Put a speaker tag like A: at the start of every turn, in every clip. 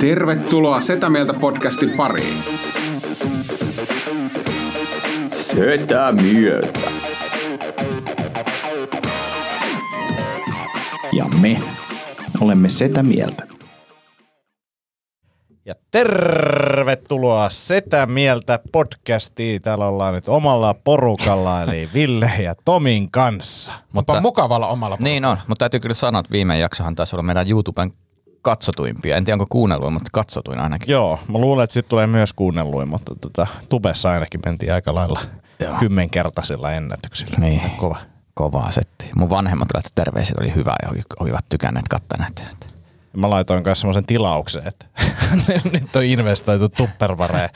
A: Tervetuloa Setä Mieltä podcastin pariin.
B: Sötä myöstä.
C: Ja me olemme sitä mieltä.
D: Ja tervetuloa Setä Mieltä podcastiin. Täällä ollaan nyt omalla porukalla, eli Ville ja Tomin kanssa.
E: Mutta Onpa mukavalla omalla
B: Niin on, mutta täytyy kyllä sanoa, että viime jaksohan taisi olla meidän YouTuben katsotuimpia. En tiedä, onko kuunnellut, mutta katsotuin ainakin.
D: Joo, mä luulen, että sit tulee myös kuunnelluin, mutta tota, tubessa ainakin mentiin aika lailla Joo. kymmenkertaisilla ennätyksillä.
B: Niin.
D: Kova.
B: Kovaa setti. Mun vanhemmat laittoi terveiset, oli hyvä ja oli- olivat tykänneet kattaneet.
D: Mä laitoin myös semmoisen tilauksen, että nyt on investoitu tuppervareen.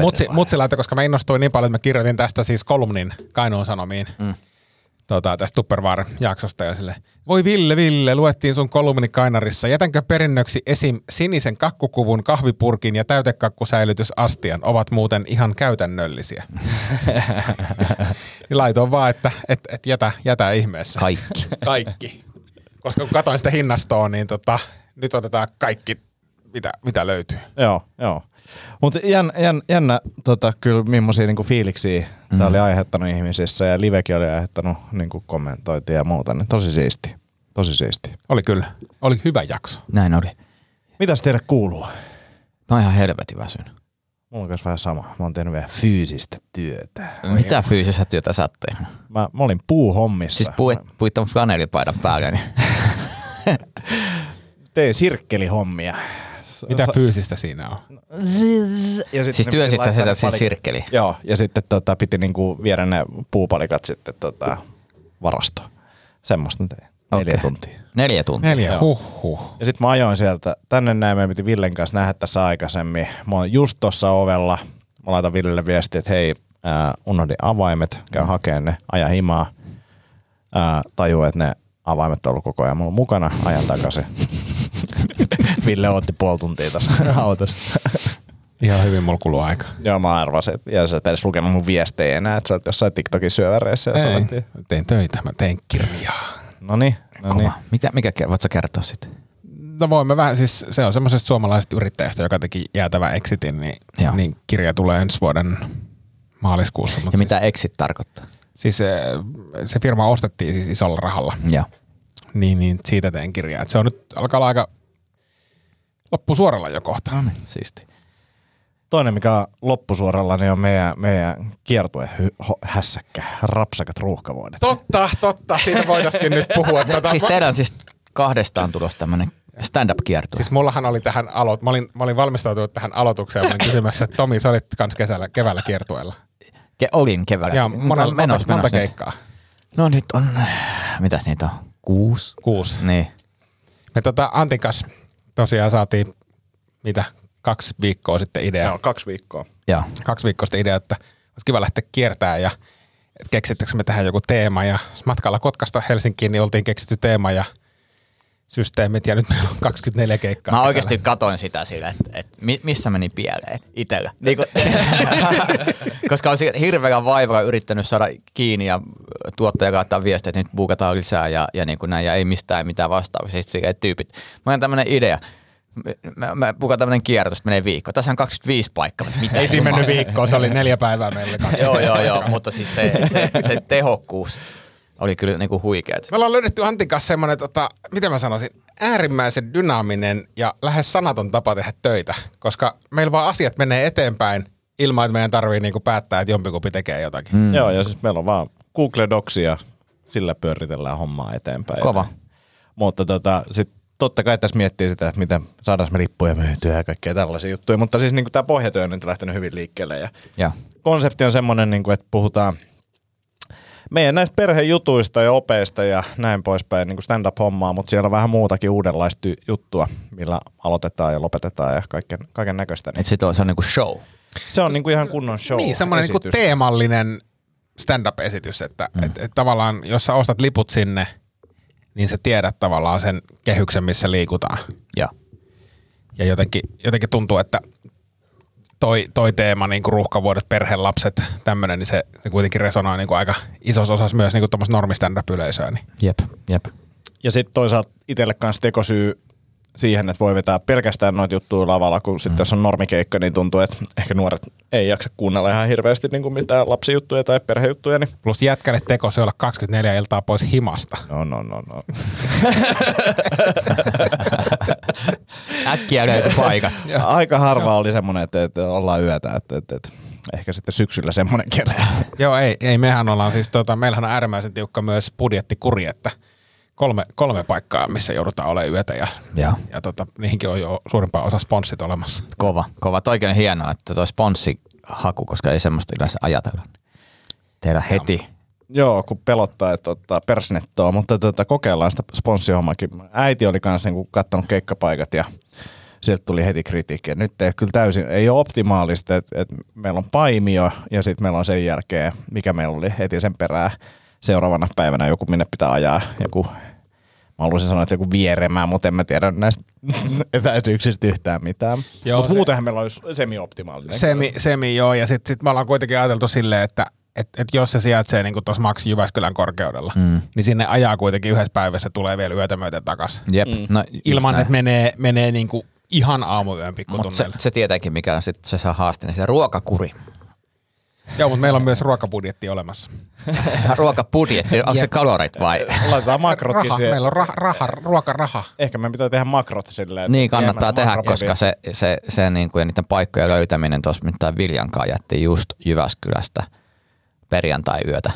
E: mutsi, mutsi laittoi, koska mä innostuin niin paljon, että mä kirjoitin tästä siis kolumnin Kainuun Sanomiin. Mm. Tota, tästä Tupperware jaksosta ja sille. Voi Ville, Ville, luettiin sun kolumni Kainarissa. Jätänkö perinnöksi esim. sinisen kakkukuvun, kahvipurkin ja täytekakkusäilytysastian? Ovat muuten ihan käytännöllisiä. Niin Laitoin vaan, että et, et jätä, jätä ihmeessä.
B: Kaikki.
E: kaikki. Koska kun katsoin sitä hinnastoa, niin tota, nyt otetaan kaikki, mitä, mitä löytyy.
D: Joo, joo. Mutta jän, jän, jännä tota, kyllä millaisia niinku fiiliksiä mm.
B: Mm-hmm.
D: tämä oli aiheuttanut ihmisissä ja livekin oli aiheuttanut niinku kommentointia ja muuta. Niin tosi siisti. Tosi siisti.
E: Oli kyllä. Oli hyvä jakso.
B: Näin oli.
D: Mitäs teille kuuluu?
B: Mä oon ihan helvetin väsynyt.
D: Mulla on myös vähän sama. Mä oon tehnyt vielä fyysistä työtä.
B: Mitä fyysistä työtä sä oot tehnyt?
D: Mä, mä olin puuhommissa.
B: Siis puit, puit on flanellipaidan päälle, niin
D: Mä Tein sirkkelihommia. S-
E: Mitä
D: s-
E: fyysistä siinä on?
B: No,
D: ja sitten
B: siis
D: ne piti
B: työsit sä
D: laittaa
B: sitä
D: ne
B: siis
D: palik-
B: sirkkeliin.
D: Joo, ja sitten tota, piti niinku viedä ne puupalikat sitten tota, varastoon. Semmoista mä tein. Neljä
B: Okei.
D: tuntia.
B: Neljä tuntia.
E: Neljä.
D: Joo.
E: Huhhuh.
D: Ja sitten mä ajoin sieltä tänne näin, meidän piti Villen kanssa nähdä tässä aikaisemmin. Mä oon just tuossa ovella, mä laitan Villelle viestiä, että hei, äh, unohdin avaimet, käy hakeen ne, aja himaa. Äh, tajuu, että ne avaimet on ollut koko ajan mulla mukana, ajan takaisin. Ville otti puoli tuntia tuossa autossa.
E: Ihan hyvin mulla kuluu aika.
D: Joo, mä arvasin, että ja sä et edes lukenut mun viestejä enää, että sä oot jossain TikTokin syöväreissä ja
E: Ei,
D: soitin.
E: mä tein töitä, mä tein kirjaa.
D: No niin, no niin.
B: Kova. Mitä, mikä, ker- voit sä kertoa sitten?
E: No voimme vähän, siis se on semmoisesta suomalaisesta yrittäjästä, joka teki jäätävän exitin, niin,
B: Joo.
E: niin kirja tulee ensi vuoden maaliskuussa. Mutta
B: Ja
E: siis,
B: mitä exit tarkoittaa?
E: siis se, se firma ostettiin siis isolla rahalla.
B: Joo.
E: Niin, niin siitä teen kirjaa. Et se on nyt, alkaa olla aika loppusuoralla jo kohta.
B: Siisti.
D: Toinen, mikä on loppusuoralla, niin on meidän, meidän kiertuehässäkkä, rapsakat ruuhkavuodet.
E: Totta, totta. Siitä voitaisiin nyt puhua. Tuota,
B: Siis
E: mä-
B: teillä on siis kahdestaan tulossa tämmönen stand-up-kiertue.
E: Siis mullahan oli tähän aloit, mä olin, mä olin valmistautunut tähän aloitukseen, mä olin kysymässä, että Tomi, sä olit kans kesällä, keväällä kiertueella.
B: Ke- olin keväällä.
E: Ja
B: Mut
E: monella,
B: on
E: monta,
B: menossa,
E: monta, monta
B: menossa nyt.
E: keikkaa.
B: No nyt on, mitäs niitä on? Kuusi?
E: Kuusi.
B: Niin.
E: Me tota Antin kanssa tosiaan saatiin, mitä, kaksi viikkoa sitten idea.
D: Joo, kaksi viikkoa.
B: Joo.
E: Kaksi viikkoa sitten idea, että olisi kiva lähteä kiertämään ja että keksittekö me tähän joku teema. Ja matkalla Kotkasta Helsinkiin niin oltiin keksitty teema ja systeemit ja nyt meillä on 24 keikkaa.
B: Mä
E: kesällä.
B: oikeasti katoin sitä sillä, että, että mi- missä meni pieleen itsellä. Niin kun, koska olisin hirveän vaivalla yrittänyt saada kiinni ja tuottaja laittaa viestiä, että nyt buukataan lisää ja, ja niin kuin näin, ja ei mistään mitään vastauksia. Sitten silleen, että tyypit, mä on tämmöinen idea. Mä, mä bukaan tämmöinen kiertos, että menee viikko. Tässä on 25 paikkaa. Mitä
E: Ei siinä mennyt viikkoa, se oli neljä päivää meillä. oli
B: joo,
E: 24
B: joo, joo,
E: keikkaa.
B: mutta siis se, se, se tehokkuus oli kyllä niinku huikeet.
E: Me ollaan löydetty Antin kanssa semmoinen, tota, mitä mä sanoisin, äärimmäisen dynaaminen ja lähes sanaton tapa tehdä töitä, koska meillä vaan asiat menee eteenpäin ilman, että meidän tarvii niinku päättää, että jompikumpi tekee jotakin. Mm.
D: Mm. Joo, ja siis meillä on vaan Google Docsia, sillä pyöritellään hommaa eteenpäin.
B: Kova.
D: Mutta tota, sit totta kai tässä miettii sitä, että miten saadaan me lippuja myytyä ja kaikkea tällaisia juttuja. Mutta siis niin tämä pohjatyö on nyt lähtenyt hyvin liikkeelle ja
B: Joo.
D: konsepti on semmoinen, niin kuin, että puhutaan meidän näistä perhejutuista ja opeista ja näin poispäin, niin kuin stand-up-hommaa, mutta siellä on vähän muutakin uudenlaista ty- juttua, millä aloitetaan ja lopetetaan ja kaiken, kaiken näköistä. Niin
B: Et sit on, se on niinku show.
D: se on niin kuin ihan kunnon show
E: Niin, semmoinen niinku
D: esitys.
E: teemallinen stand-up-esitys, että mm. et, et tavallaan jos sä ostat liput sinne, niin sä tiedät tavallaan sen kehyksen, missä liikutaan.
B: Joo.
E: Ja jotenkin, jotenkin tuntuu, että toi, toi teema, niin kuin ruuhkavuodet, perhelapset, tämmöinen, niin se, se kuitenkin resonoi niin kuin aika isossa osassa myös niin kuin normistand yleisöä niin.
B: Jep, jep.
D: Ja sitten toisaalta itselle kanssa tekosyy siihen, että voi vetää pelkästään noita juttuja lavalla, kun sitten jos on normikeikka, niin tuntuu, että ehkä nuoret ei jaksa kuunnella ihan hirveästi niin kuin mitään lapsijuttuja tai perhejuttuja. Niin
E: Plus jätkälle teko se olla 24 iltaa pois himasta.
D: no, no, no, no.
B: Äkkiä löytyi paikat.
D: Aika harva oli semmoinen, että, että ollaan yötä. Että, että, että ehkä sitten syksyllä semmoinen kerta.
E: Joo, ei, ei mehän ollaan siis, tota, meillähän on äärimmäisen tiukka myös budjettikuri, että kolme, kolme paikkaa, missä joudutaan olemaan yötä ja,
B: Joo.
E: ja tota, niihinkin on jo suurimpaan osa sponssit olemassa.
B: Kova, kova. Toikin on hienoa, että toi sponssihaku, koska ei semmoista yleensä ajatella. Tehdä heti.
D: Joo, kun pelottaa, että ottaa persnettoa, mutta tota, kokeillaan sitä sponssihommakin. Äiti oli kanssa niin kattanut keikkapaikat ja sieltä tuli heti kritiikkiä. Nyt ei ole kyllä täysin, ei ole optimaalista, että, että meillä on paimio ja sitten meillä on sen jälkeen, mikä meillä oli heti sen perään seuraavana päivänä joku, minne pitää ajaa, joku Mä haluaisin sanoa, että joku vieremään, mutta en mä tiedä näistä etäisyyksistä yhtään mitään.
E: Joo,
D: Mutta
E: se-
D: muutenhan meillä olisi semi-optimaalinen.
E: Semi, semi joo, ja sitten sit me ollaan kuitenkin ajateltu silleen, että et, et jos se sijaitsee niinku tuossa Max Jyväskylän korkeudella, mm. niin sinne ajaa kuitenkin yhdessä päivässä tulee vielä yötä myöten takaisin.
B: Jep. Mm. No, just
E: Ilman,
B: näin.
E: että menee, menee niinku ihan aamuyön
B: Mut se,
E: pikkutunneille.
B: se, tietenkin, mikä on sit, se, se haaste, niin se ruokakuri.
E: Joo, mutta meillä on myös ruokabudjetti olemassa.
B: Ruokapudjetti, onko se kalorit vai?
D: Laitetaan makrotkin
E: Raha,
D: siihen.
E: meillä on raha, raha ruokaraha.
D: Ehkä meidän pitää tehdä makrot silleen. että
B: Niin kannattaa
D: enemmän
B: tehdä,
D: makroja
B: koska se, se, se niin kuin, ja niiden paikkojen löytäminen tuossa mitään Viljankaan jätti just Jyväskylästä perjantai-yötä.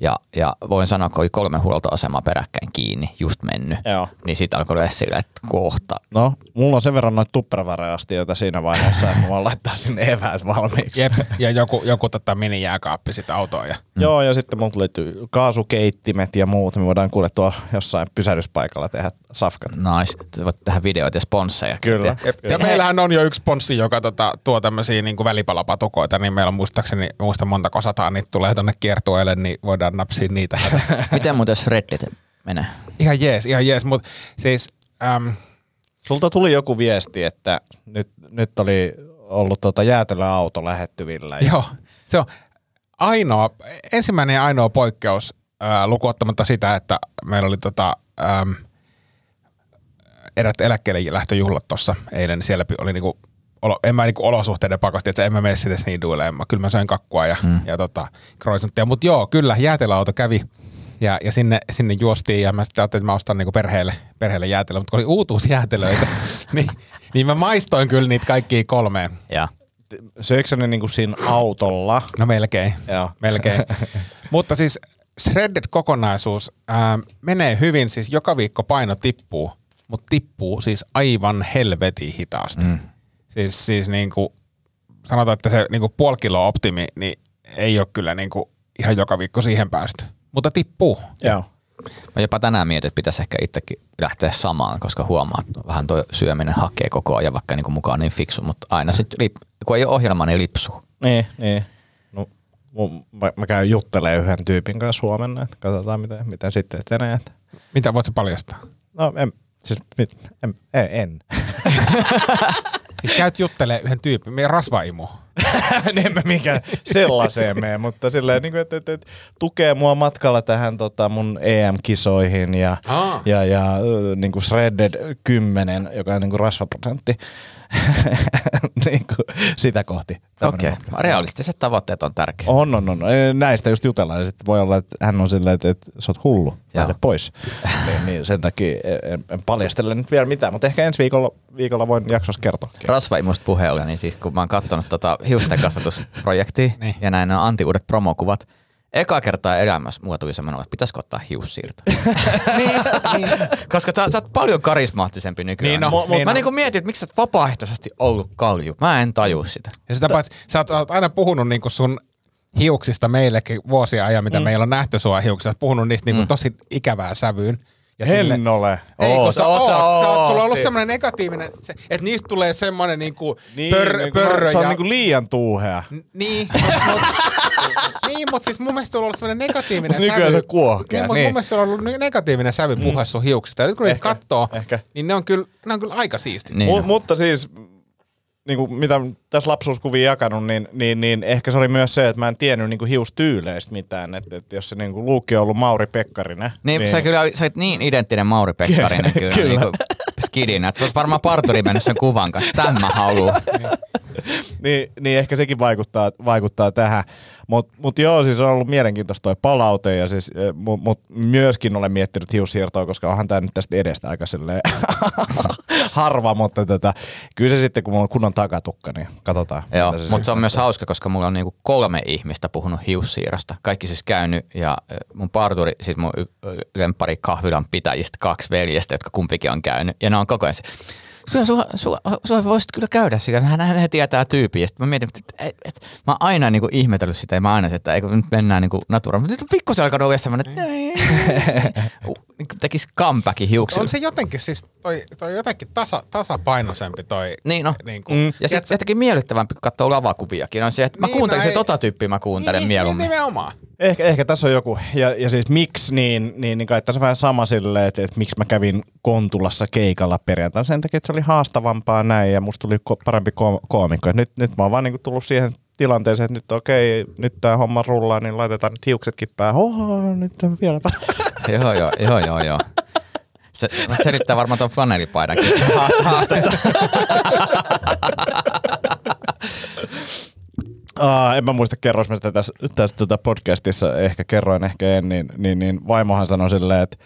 B: Ja, ja voin sanoa, kun oli kolme huoltoasemaa peräkkäin kiinni, just mennyt,
D: Joo.
B: niin siitä alkoi olla sillä, että kohta.
D: No, mulla on sen verran noita tupperware-astioita siinä vaiheessa, että mä voin laittaa sinne eväät valmiiksi.
E: Jep, ja joku, joku tota minijääkaappi sit autoon. Ja.
D: Joo, ja sitten mulla löytyy kaasukeittimet ja muut. niin Me voidaan kuule tuolla jossain pysähdyspaikalla tehdä safkat.
B: Mm. Nice, voit tehdä videoita ja sponsseja.
D: Kyllä.
B: Ja,
E: Ja meillähän on jo yksi ponssi, joka tota, tuo tämmöisiä niin välipalapatukoita, niin meillä on muistaakseni, muista montako sataa, niitä tulee tonne kiertueelle, niin voidaan napsia niitä.
B: miten muuten jos Reddit menee?
E: ihan jees, ihan jees, mutta siis äm,
D: Sulta tuli joku viesti, että nyt, nyt oli ollut tuota jäätelöauto lähettyvillä. Ja
E: joo, se on ainoa, ensimmäinen ja ainoa poikkeus ää, lukuottamatta sitä, että meillä oli tota, äm, erät eläkkeelle lähtöjuhlat tuossa eilen, niin siellä oli niinku, olo, en mä niinku olosuhteiden pakosti, että en mä mene sinne sniiduille, en mä, kyllä mä söin kakkua ja, mm. ja tota, croissanttia, mutta joo, kyllä, jäätelöauto kävi ja, ja sinne, sinne juostiin ja mä sitten ajattelin, että mä ostan niinku perheelle, perheelle jäätelöä, mutta kun oli uutuusjäätelöitä, niin, niin mä maistoin kyllä niitä kaikkia kolmeen.
B: Ja.
D: söikö sä ne niinku siinä autolla?
E: No melkein.
D: Joo.
E: Melkein. Mutta siis Shredded-kokonaisuus ää, menee hyvin, siis joka viikko paino tippuu, mutta tippuu siis aivan helvetin hitaasti. Mm. Siis, siis niin kuin, sanotaan, että se niin kuin puoli kiloa optimi, niin ei ole kyllä niin kuin ihan joka viikko siihen päästy. Mutta tippuu.
D: Joo.
B: Mä jopa tänään mietin, että pitäisi ehkä itsekin lähteä samaan, koska huomaa, että vähän tuo syöminen hakee koko ajan, vaikka niin kuin mukaan niin fiksu, mutta aina sitten, lip- kun ei ole ohjelmaa, niin lipsuu.
D: Niin, niin. No, mun- mä, mä käyn juttelemaan yhden tyypin kanssa huomenna, että katsotaan miten, miten sitten etenee. että-
E: Mitä voit sä paljastaa?
D: No en, siis mit, en, en, en.
E: Siis käyt juttelee yhden tyypin, meidän rasvaimu.
D: en mä mikään sellaiseen mene, mutta silleen, niin kuin, että, että, että, tukee mua matkalla tähän tota, mun EM-kisoihin ja,
E: Aa.
D: ja, ja ö, niin kuin Shredded 10, joka on niin kuin rasvaprosentti, niin kuin, sitä kohti.
B: Okei,
D: Tämmönen
B: okay. realistiset tavoitteet on tärkeä.
D: On, on, on. Ei, Näistä just jutellaan. Ja sitten voi olla, että hän on silleen, että, että sä oot hullu. Lähde
B: Joo.
D: pois. niin, niin, sen takia en, en paljastele nyt vielä mitään, mutta ehkä ensi viikolla, viikolla voin jaksossa kertoa.
B: Rasvaimusta puheella, niin siis kun mä oon katsonut tota hiusten kasvatusprojektia
E: Niin.
B: ja näin nämä antiuudet promokuvat, Eka kertaa elämässä mua tuli semmoinen, että pitäisikö ottaa hiussiirto. niin, niin. Koska tää, sä oot paljon karismaattisempi nykyään.
E: Niin on,
B: Mut-
E: niin
B: mä
E: on.
B: niinku mietin, että miksi sä oot vapaaehtoisesti ollut kalju. Mä en taju sitä.
E: Ja sitä paitsi, sä oot, oot aina puhunut niinku sun hiuksista meillekin vuosia ajan, mitä mm. meillä on nähty sua hiuksista, puhunut niistä niinku mm. tosi ikävää sävyyn. Ja sille-
D: En ole.
E: Ei, kun
B: Oo,
E: sä
B: sä oot,
E: oot,
B: sä
E: sä oot, sulla on
B: oot.
E: ollut
B: Si-
E: semmoinen negatiivinen, se, että niistä tulee semmoinen niinku
D: Niin,
E: pör,
D: niin,
E: pörrö.
D: se on
E: ja,
D: niinku liian tuuhea.
E: niin, mut, mut, niin, mutta siis mun mielestä sulla on ollut semmoinen negatiivinen
D: Mut nykyään
E: sävy.
D: se kuohkea,
E: Niin, mut
D: niin. Mm.
E: mun mielestä sulla on ollut ne- negatiivinen sävy puhua sun hiuksista. Ja nyt kun niitä
D: Ehkä,
E: katsoo,
D: ehkä.
E: niin ne on kyllä, ne on kyllä aika siisti.
B: Niin.
D: Mu- mutta siis, niin kuin mitä tässä lapsuuskuvia jakanut, niin, niin, niin ehkä se oli myös se, että mä en tiennyt niin kuin hiustyyleistä mitään. Että et jos se niin kuin luukki on ollut Mauri Pekkarinen.
B: Niin, niin. sä kyllä sä oot niin identtinen Mauri Pekkarinen kyllä. kyllä. Niin kuin, skidinä. Olet varmaan parturi mennyt sen kuvan kanssa. Tämän mä haluan.
D: niin, niin ehkä sekin vaikuttaa, vaikuttaa tähän. Mutta mut joo, siis on ollut mielenkiintoista toi palaute, ja siis, mutta mut myöskin olen miettinyt hiussiirtoa, koska onhan tämä nyt tästä edestä aika silleen harva, mutta tätä, kyllä se sitten, kun mulla on kunnon takatukka, niin katsotaan.
B: Joo,
D: mitä
B: mutta se on
D: sitten-
B: myös hauska, koska mulla on niinku kolme ihmistä puhunut hiussiirrosta. Kaikki siis käynyt ja ö, mun parturi, sit mun lempari kahvilan pitäjistä, kaksi veljestä, jotka kumpikin on käynyt. Ja ne on koko ajan se, kyllä sua, sua, sua voisit kyllä käydä sillä, hän, hän he tietää tyypiä. Ja sit mä mietin, että et, et, mä oon aina niinku ihmetellyt sitä ja mä aina, että eikö nyt mennään niinku naturaan. Mutta nyt on pikkusen alkanut olla semmoinen, että ei, niinku tekisi comebackin hiuksilla.
E: On se jotenkin siis, toi, toi jotenkin tasa, tasapainoisempi toi.
B: Niin on.
E: Niin kuin, mm.
B: Ja sitten jotenkin miellyttävämpi, kun katsoo lavakuviakin, on se, että mä
E: Niin, no
B: kuuntelisin,
E: ei-
B: että tota tyyppiä mä kuuntelen mieluummin.
E: Niin, nimenomaan.
D: Ehkä, ehkä tässä on joku, ja, ja siis miksi, niin, niin, niin kai tässä on vähän sama silleen, että, että miksi mä kävin Kontulassa keikalla perjantaina. Sen takia, että se oli haastavampaa näin, ja musta tuli ko- parempi ko- koomikko. Et Nyt, nyt mä oon vaan niin tullut siihen tilanteeseen, että nyt okei, nyt tää homma rullaa, niin laitetaan nyt hiuksetkin päähän. Oho, nyt on vielä
E: niin
B: Joo, joo, joo, joo, joo. Se selittää varmaan tuon flanellipaidankin ha- haastetta.
D: Aa, en mä muista kerros, mä sitä tässä, tässä tota podcastissa ehkä kerroin, ehkä en, niin, niin, niin vaimohan sanoi silleen, että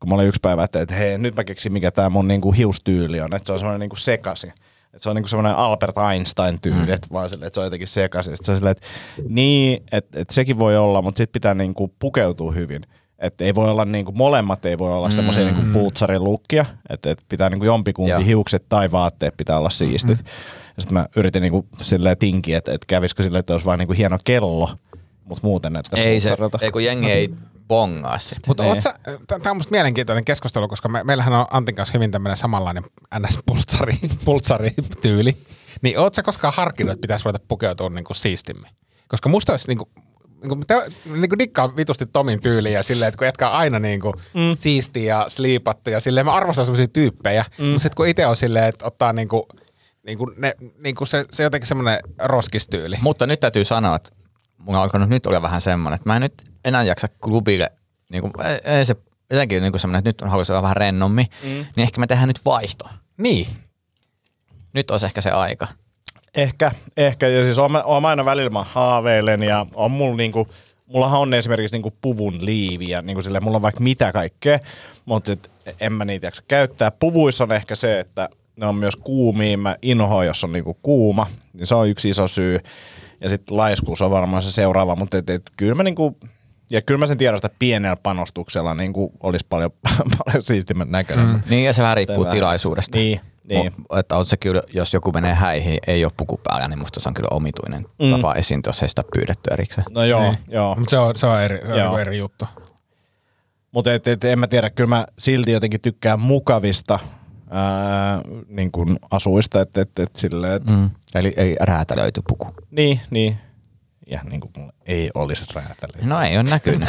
D: kun mä olin yksi päivä, että, että hei, nyt mä keksin, mikä tämä mun niinku hiustyyli on, että se on semmoinen niinku sekasi. Että se on niinku semmoinen Albert Einstein-tyyli, mm. että vaan silleen, että se on jotenkin sekaisin. Sitten se on silleen, että niin, että, että sekin voi olla, mutta sitten pitää niinku pukeutua hyvin. Että ei voi olla niinku, molemmat ei voi olla semmoisia mm. niinku puutsarilukkia, että, että pitää niinku jompikumpi
B: Joo.
D: hiu- hiukset tai vaatteet pitää olla siistit. Ja sitten mä yritin niinku silleen tinkiä, että, että kävisikö silleen, että olisi vain niinku hieno kello, mutta muuten näyttäisi
B: ei se,
D: pulssarilta.
B: ei kun jengi ei bongaa sitten.
E: Mutta tämä on musta mielenkiintoinen keskustelu, koska me, meillähän on Antin kanssa hyvin tämmöinen samanlainen NS-pultsari-tyyli. niin oot sä koskaan harkinnut, että pitäisi ruveta pukeutua niinku siistimmin? Koska musta olisi niinku, niinku, te, niinku dikkaan vitusti Tomin tyyliin ja silleen, että kun jätkä on aina niinku mm. siistiä ja sliipattu ja silleen, mä arvostan semmoisia tyyppejä, mm. mutta sitten kun itse on silleen, että ottaa niinku, niinku, ne, niinku se, se jotenkin semmoinen roskistyyli.
B: Mutta nyt täytyy sanoa, että mulla on alkanut nyt olla vähän semmoinen, että mä en nyt enää jaksa klubille, niin kuin, ei, ei se jotenkin niin semmoinen, että nyt on haluaisin olla vähän rennommin, mm. niin ehkä me tehdään nyt vaihto.
E: Niin.
B: Nyt olisi ehkä se aika.
D: Ehkä, ehkä. Ja siis oon, oon aina välillä mä haaveilen ja on mulla niinku, mullahan on esimerkiksi niinku puvun liivi ja niinku sille, mulla on vaikka mitä kaikkea, mutta et, en mä niitä jaksa käyttää. Puvuissa on ehkä se, että ne on myös kuumia. Mä inhoan, jos on niinku kuuma, niin se on yksi iso syy. Ja sitten laiskuus on varmaan se seuraava, mutta et, et, kyllä mä niinku, ja kyllä mä sen tiedän, että pienellä panostuksella niinku olisi paljon, paljon siistimän näköinen. Mm.
B: Niin ja se vähän riippuu
D: Tämä-
B: tilaisuudesta.
D: Niin, niin.
B: O, että on se kyllä, jos joku menee häihin, ei ole puku päällä, niin musta se on kyllä omituinen mm. tapa esiintyä, jos ei sitä pyydetty erikseen.
D: No joo, niin. joo.
E: Mutta se on, se on, eri, se on
D: Joo.
E: niinku eri juttu.
D: Mutta et, et, en mä tiedä, kyllä mä silti jotenkin tykkään mukavista ää, niin kuin asuista, että et, et silleen, et, mm.
B: Mm. Eli ei räätälöity puku.
D: niin, niin. Ja niin kuin mulla ei olisi räätäliä.
B: No ei ole näkynyt.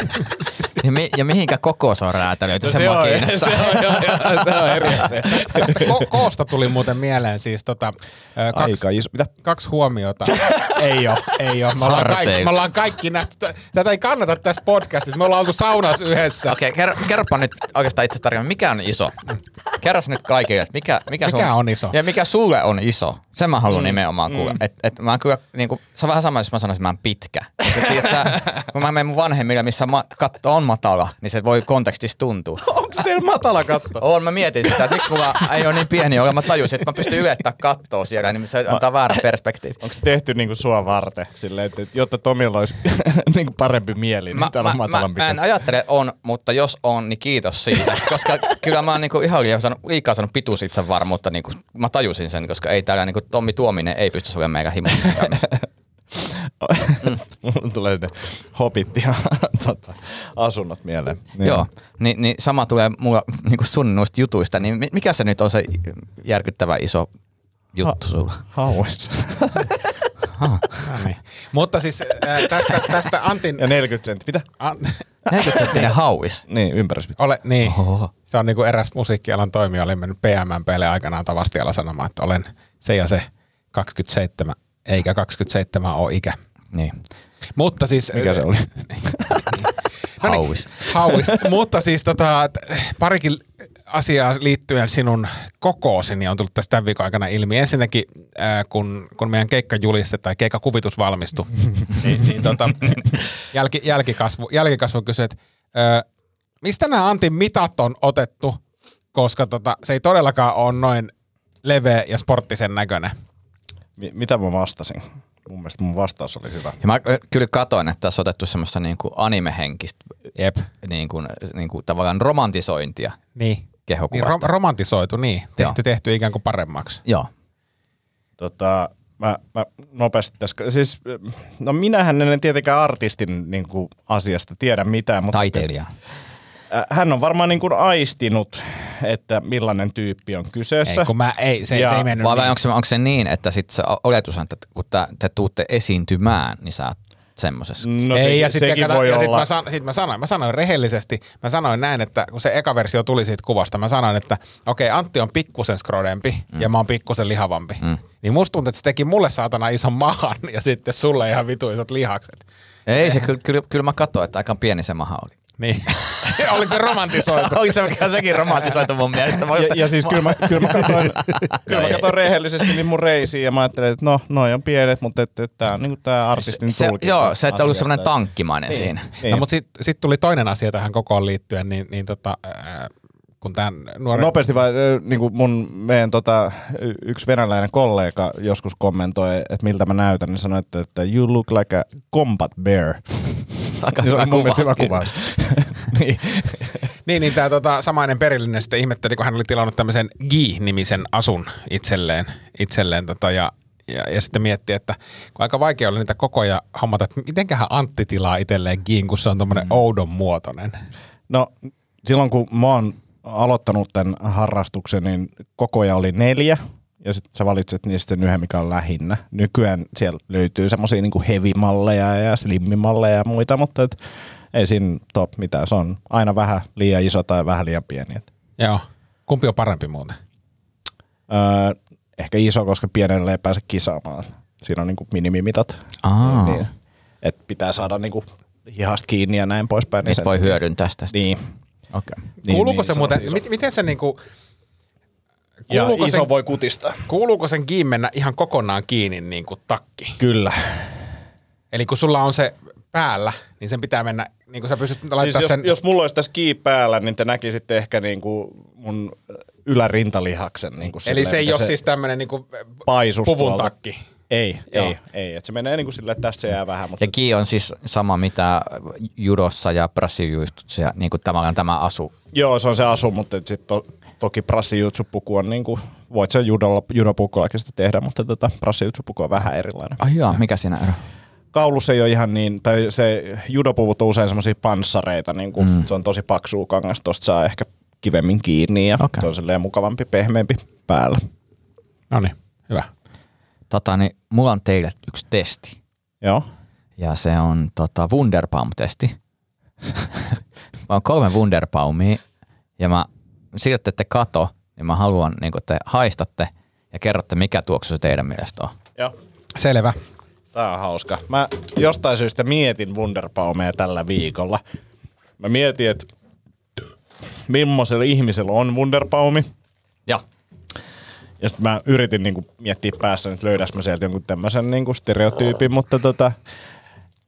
B: ja, mi- ja mihinkä koko se on räätälöity, no, se,
D: on,
B: mua
D: se,
B: kiinnostaa.
D: on, joo, joo, se on eri asia.
E: Tästä ko- koosta tuli muuten mieleen siis tota, ö, kaksi,
D: Aika iso, mitä?
E: kaksi huomiota. Ei ole, ei ole. Me ollaan
B: Harteilla.
E: kaikki, me ollaan kaikki nähty. tä- Tätä ei kannata tässä podcastissa. Me ollaan oltu saunassa yhdessä.
B: Okei, kerro, kerropa nyt oikeastaan itse tarkemmin, mikä on iso? Kerro nyt kaikille, että mikä, mikä,
E: Mikä
B: sun,
E: on iso?
B: Ja mikä sulle on iso? Sen mä haluan mm, nimenomaan kuulla. Mm. Et, et mä kyllä, niinku, se on vähän sama, jos mä sanoisin, että mä oon pitkä. Et, tiedät, sä, kun mä menen mun vanhemmille, missä ma- katto on matala, niin se voi kontekstissa tuntua.
D: Onko teillä matala katto?
B: Oon, mä mietin sitä, että miksi mulla ei ole niin pieni olla. Mä tajusin, että mä pystyn ylettää kattoa siellä, niin se antaa väärä perspektiivi.
D: Onko se tehty niin kuin sua varten, silleen, että, että jotta Tomilla olisi niin kuin parempi mieli, niin täällä on
B: mä,
D: matalampi.
B: mä en ajattele että on, mutta jos on, niin kiitos siitä. Koska kyllä mä oon niinku ihan liian saanut, liikaa saanut pituus itse varmuutta. Niinku, mä tajusin sen, koska ei täällä niinku Tommi Tuominen ei pysty olemaan meidän himoissa.
D: Mm. Mulla tulee ne hobbit ja tota, asunnot mieleen. Niin.
B: Joo, niin, niin sama tulee mulla niinku sun noista jutuista. Niin mi- mikä se nyt on se järkyttävä iso juttu sulla?
D: Hauissa.
E: No niin. Mutta siis äh, tästä, tästä Antin...
D: Ja 40 sentti. Mitä?
E: An,
B: 40 hauis.
D: Niin, ympäristö.
E: ole, niin. Se on niinku eräs musiikkialan toimija, oli mennyt PMMPlle aikanaan tavastialla sanomaan, että olen se ja se 27, eikä 27 ole ikä.
B: Niin,
E: Mutta siis...
D: Mikä se oli?
E: No niin,
B: hauis.
E: Hauis. Mutta siis tota, t- parikin asiaa liittyen sinun kokoosi niin on tullut tässä tämän viikon aikana ilmi. Ensinnäkin, ää, kun, kun meidän keikkajuliste tai keikkakuvitus valmistui, niin, niin tota, jälki, jälkikasvu, jälkikasvu kysyi, että ää, mistä nämä Antin mitat on otettu, koska tota, se ei todellakaan ole noin leveä ja sporttisen näköinen.
D: M- mitä mä vastasin? Mun mielestä mun vastaus oli hyvä.
B: Ja mä ö, kyllä katoin, että tässä on otettu semmoista niin kuin animehenkistä
E: Jep.
B: niin kuin, niin kuin tavallaan romantisointia
E: Niin. niin
B: kehokuvasta.
E: rom- romantisoitu, niin. Tehty,
B: Joo.
E: tehty ikään kuin paremmaksi.
B: Joo.
D: Tota, mä, mä nopeasti tässä, siis, no minähän en tietenkään artistin niin kuin, asiasta tiedä mitään, mutta
B: Taiteilija.
D: Äh, hän on varmaan niin kuin aistinut, että millainen tyyppi on kyseessä.
E: Ei, kun mä, ei, se,
D: Ja-
E: se ei mennyt
B: Vai,
E: niin.
B: vai onko, se, onko se niin, että sit se oletus on, että kun te, te tuutte esiintymään, niin sä oot semmoisessa. Mm.
D: No
E: ei,
D: se,
E: ja sitten
D: sekin
E: kato-
D: voi
E: ja sit
D: olla.
E: mä, san, sit mä, sanoin, mä sanoin rehellisesti, mä sanoin näin, että kun se eka versio tuli siitä kuvasta, mä sanoin, että okei, okay, Antti on pikkusen skrodempi mm. ja mä oon pikkusen lihavampi. Mm. Niin musta tuntuu, että se teki mulle saatana ison mahan ja sitten sulle ihan vituiset lihakset.
B: Ei se, kyllä, kyllä, kyllä mä katsoin, että aika pieni se maha oli.
E: Niin. Oliko se romantisoitu?
B: Onko se mikä sekin romantisoitu mun mielestä? Mä,
D: ja, ja siis kyllä mä, kyllä mä katsoin, kyllä mä katsoin rehellisesti niin mun reisiin ja mä ajattelin, että no, noi on pienet, mutta että, että tämä on niin tämä artistin
B: se,
D: tulkinta.
B: joo, sä et ollut semmoinen
D: asiasta.
B: tankkimainen siinä.
E: No mutta sitten sit tuli toinen asia tähän kokoon liittyen, niin, niin tota, ää, kun tämän nuoren...
D: Nopeasti vai niin kuin mun meidän tota, y- yksi venäläinen kollega joskus kommentoi, että miltä mä näytän, niin sanoi, että, että you look like a combat bear.
B: Aika
D: se
B: hyvä
D: on mun mielestä hyvä
B: kuvaus,
D: kuvaus. niin.
E: Niin, niin tämä tota, samainen perillinen sitten ihmetteli, kun hän oli tilannut tämmöisen G-nimisen asun itselleen, itselleen tota, ja, ja, ja, sitten mietti, että kun aika vaikea oli niitä kokoja hommata, että mitenköhän Antti tilaa itselleen Gin, kun se on tommonen mm. oudon muotoinen.
D: No silloin kun mä oon aloittanut tämän harrastuksen, niin kokoja oli neljä ja sitten sä valitset niistä sen yhden, mikä on lähinnä. Nykyään siellä löytyy semmoisia niin hevimalleja ja slimmimalleja ja muita, mutta et, ei siinä top mitään. Se on aina vähän liian iso tai vähän liian pieni. Et.
E: Joo. Kumpi on parempi muuten?
D: Niin, Öö, ehkä iso, koska pienelle ei pääse kisaamaan. Siinä on niinku minimimitat.
B: Aa.
D: Niin, et pitää saada niinku hihasta kiinni ja näin poispäin.
B: Niitä
D: sen-
B: voi hyödyntää sitä. sitten.
D: Niin.
B: Okei.
D: niin
E: kuuluuko
D: niin,
E: se,
D: on
E: muuten,
D: iso.
E: mit, miten se niinku,
D: Ja
E: kuuluuko
D: iso
E: sen-
D: voi kutistaa.
E: kuuluuko sen Gin mennä ihan kokonaan kiinni niin kuin takki?
D: Kyllä.
E: Eli kun sulla on se päällä, niin sen pitää mennä, niin kuin sä pystyt
D: Siis
E: laittamaan
D: jos,
E: sen...
D: jos mulla olisi tässä kii päällä, niin te näkisitte ehkä niinku mun ylärintalihaksen. Niinku
E: Eli
D: silleen,
E: se ei
D: mikä
E: ole siis tämmöinen niinku
D: paisus
E: puvun
D: tuolta.
E: takki.
D: Ei,
E: Joo.
D: ei, ei. Et se menee niinku silleen, että tässä jää vähän, mutta
B: Ja ki on siis sama mitä judossa ja brasilijuistussa ja niin kuin tavallaan tämä asu.
D: Joo, se on se asu, mutta et sit to, toki prassijutsupuku on niinku, voit sen judolla, judopukullakin sitä tehdä, mutta tota, prassijutsupuku on vähän erilainen.
B: Ai joo, mikä siinä ero?
D: Kaulus ei ole ihan niin, tai se judopuvut on usein semmoisia panssareita, niinku, mm. se on tosi paksua kangasta, tosta saa ehkä kivemmin kiinni ja
B: Okei.
D: okay. se on silleen mukavampi, pehmeämpi päällä.
E: No niin, hyvä.
B: Tota, niin mulla on teille yksi testi.
D: Joo.
B: Ja se on tota, Wunderbaum-testi. mä oon kolme Wunderbaumia ja mä siirrytte kato, niin mä haluan, niin kun te haistatte ja kerrotte, mikä tuoksu se teidän mielestä on.
D: Joo.
E: Selvä.
D: Tää on hauska. Mä jostain syystä mietin Wunderbaumia tällä viikolla. Mä mietin, että millaisella ihmisellä on Wunderbaumi.
B: Joo.
D: Ja sitten mä yritin niinku miettiä päässä, että löydäs mä sieltä jonkun tämmöisen niinku stereotyypin, mutta tota,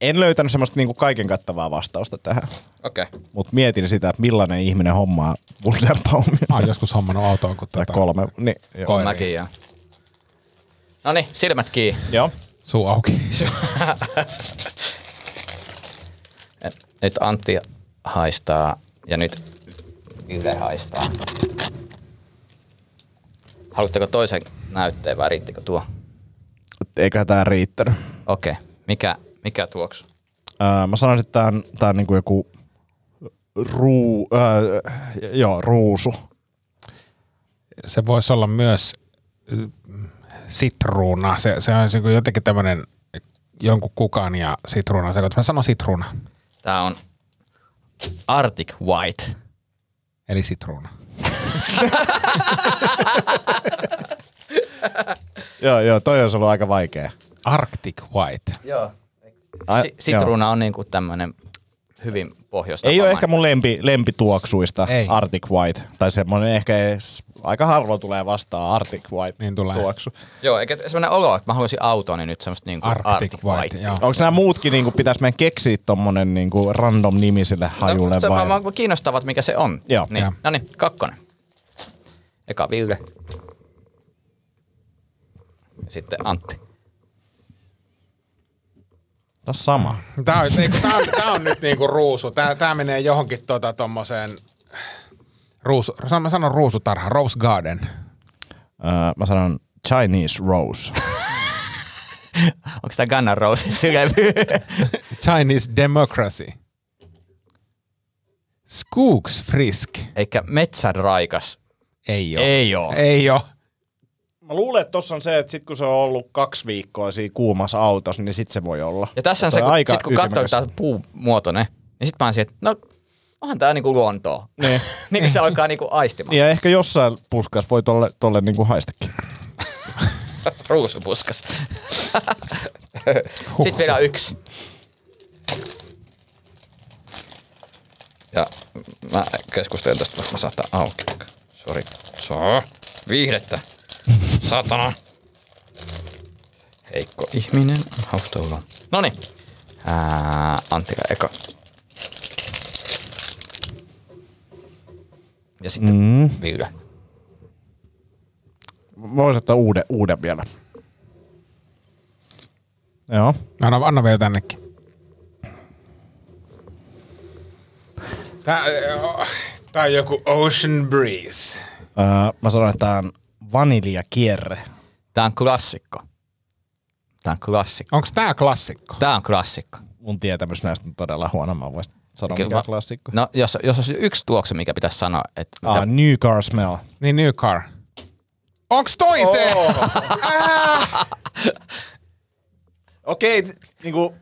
D: en löytänyt semmoista niinku kaiken kattavaa vastausta tähän.
B: Okei. Okay.
D: Mutta mietin sitä, että millainen ihminen hommaa Wunderbaumia
E: Mä oon joskus hommannut autoon, kun
D: tai
E: tota,
D: kolme. Niin, joo.
E: koiria.
B: Mäkin ja. No niin, silmät kiinni.
D: joo.
E: Suu auki.
B: Nyt Antti haistaa ja nyt Ville haistaa. Haluatteko toisen näytteen vai riittikö tuo?
D: Eiköhän tää riittänyt.
B: Okei. Okay. Mikä, mikä tuoksu?
D: Öö, mä sanoisin, että tää on, tää on niinku joku ruu, öö, joo, ruusu.
E: Se voisi olla myös y, sitruuna. Se, se on niinku jotenkin tämmöinen jonkun kukan ja sitruunan sekoitus. Mä sanon sitruuna.
B: Tää on Arctic White.
E: Eli sitruuna.
D: Joo, joo, toi olisi ollut aika vaikea.
E: Arctic White.
B: Joo.
D: Ai,
B: Si- sitruuna on niinku tämmönen hyvin pohjoista.
D: Ei ole ehkä mun lempi, lempituoksuista
E: Ei.
D: Arctic White. Tai semmoinen ehkä edes, aika harvoin tulee vastaan Arctic White
E: Niin tulee.
D: tuoksu.
B: Joo, eikä semmoinen olo, että mä haluaisin autoon, niin nyt semmoista niinku
E: Arctic, White. Joo.
D: Onko nämä muutkin, niinku, pitäis meidän keksiä tommonen niinku random nimi sille hajulle
B: no,
D: vai?
B: vai? Mä, kiinnostavat, mikä se on.
D: Joo.
B: Niin.
E: Joo.
B: No niin, kakkonen. Eka Ville. Ja sitten Antti.
D: Tää on sama.
E: Tää on, niinku, tää on, tää on nyt niinku ruusu. Tää, tää menee johonkin tota tommoseen... Ruusu, mä sanon ruusutarha, Rose Garden.
D: Öö, mä sanon Chinese Rose.
B: Onko tämä Gunnar Roses ylevy?
E: Chinese Democracy. Skooks Frisk.
B: Eikä metsän raikas.
E: Ei oo.
B: Ei oo.
E: Ei oo.
D: Mä luulen, että tossa on se, että sit kun se on ollut kaksi viikkoa siinä kuumassa autossa, niin sit se voi olla.
B: Ja tässä on se,
D: Toi
B: kun,
D: aika
B: sit, kun katsoo,
D: ytimekäs.
B: että tämä on puumuotoinen, niin sitten mä oon siihen, että no, onhan tämä niinku luontoa.
D: Niin.
B: niin kuin se alkaa niinku aistimaan.
D: Ja ehkä jossain puskas voi tolle, tolle niinku haistakin.
B: Ruusupuskas. Sitten vielä yksi. Ja mä keskustelen tästä, mutta mä saan tää auki. Sori. Saa. Viihdettä. Satana. Heikko ihminen. Hauska olla. Noniin. Ää, Anttila eka. Ja sitten mm. Ville.
D: Voisi ottaa uuden, uuden vielä. Joo.
E: Anna, No, anna vielä tännekin. Tää, oh, tää on joku Ocean Breeze.
D: Öö, mä sanoin, että tää on vaniljakierre.
B: Tää on klassikko. Tää on klassikko.
E: Onks tää klassikko?
B: Tää on klassikko.
D: Mun tietämys näistä on todella huono. Mä voisin sanoa,
B: Kyllä
D: No, mikä
B: mä-
D: mä... klassikko.
B: No, jos, jos olisi yksi tuoksu, mikä pitäisi sanoa, että mitä,
D: Ah, New Car Smell.
E: Niin New Car. Onks toi se?
D: Okei, okay, niinku,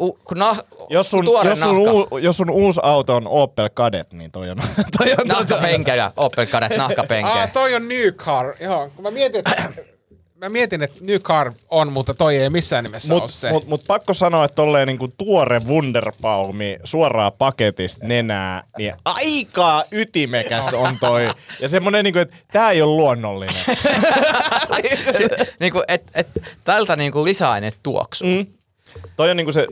B: u, kun nah,
D: jos sun,
B: tuore
D: jos, sun
B: nahka,
D: uu, jos sun uusi auto on Opel Kadett, niin toi on... toi
B: tuota-
D: on tota-
B: nahkapenkelä, Opel Kadett nahkapenkelä.
E: Ah, toi on New Car. Joo, kun mä mietin, että, mä mietin, että New Car on, mutta toi ei missään nimessä
D: Mut,
E: ole se.
D: mut, mut pakko sanoa, että tolleen niinku tuore Wunderbaumi suoraa paketista nenää, niin aika ytimekäs on toi. Ja semmonen niinku, että tää ei ole luonnollinen.
B: niin kuin, et, et, tältä niin kuin lisäaine tuoksu. Mm.
D: Toi on niinku se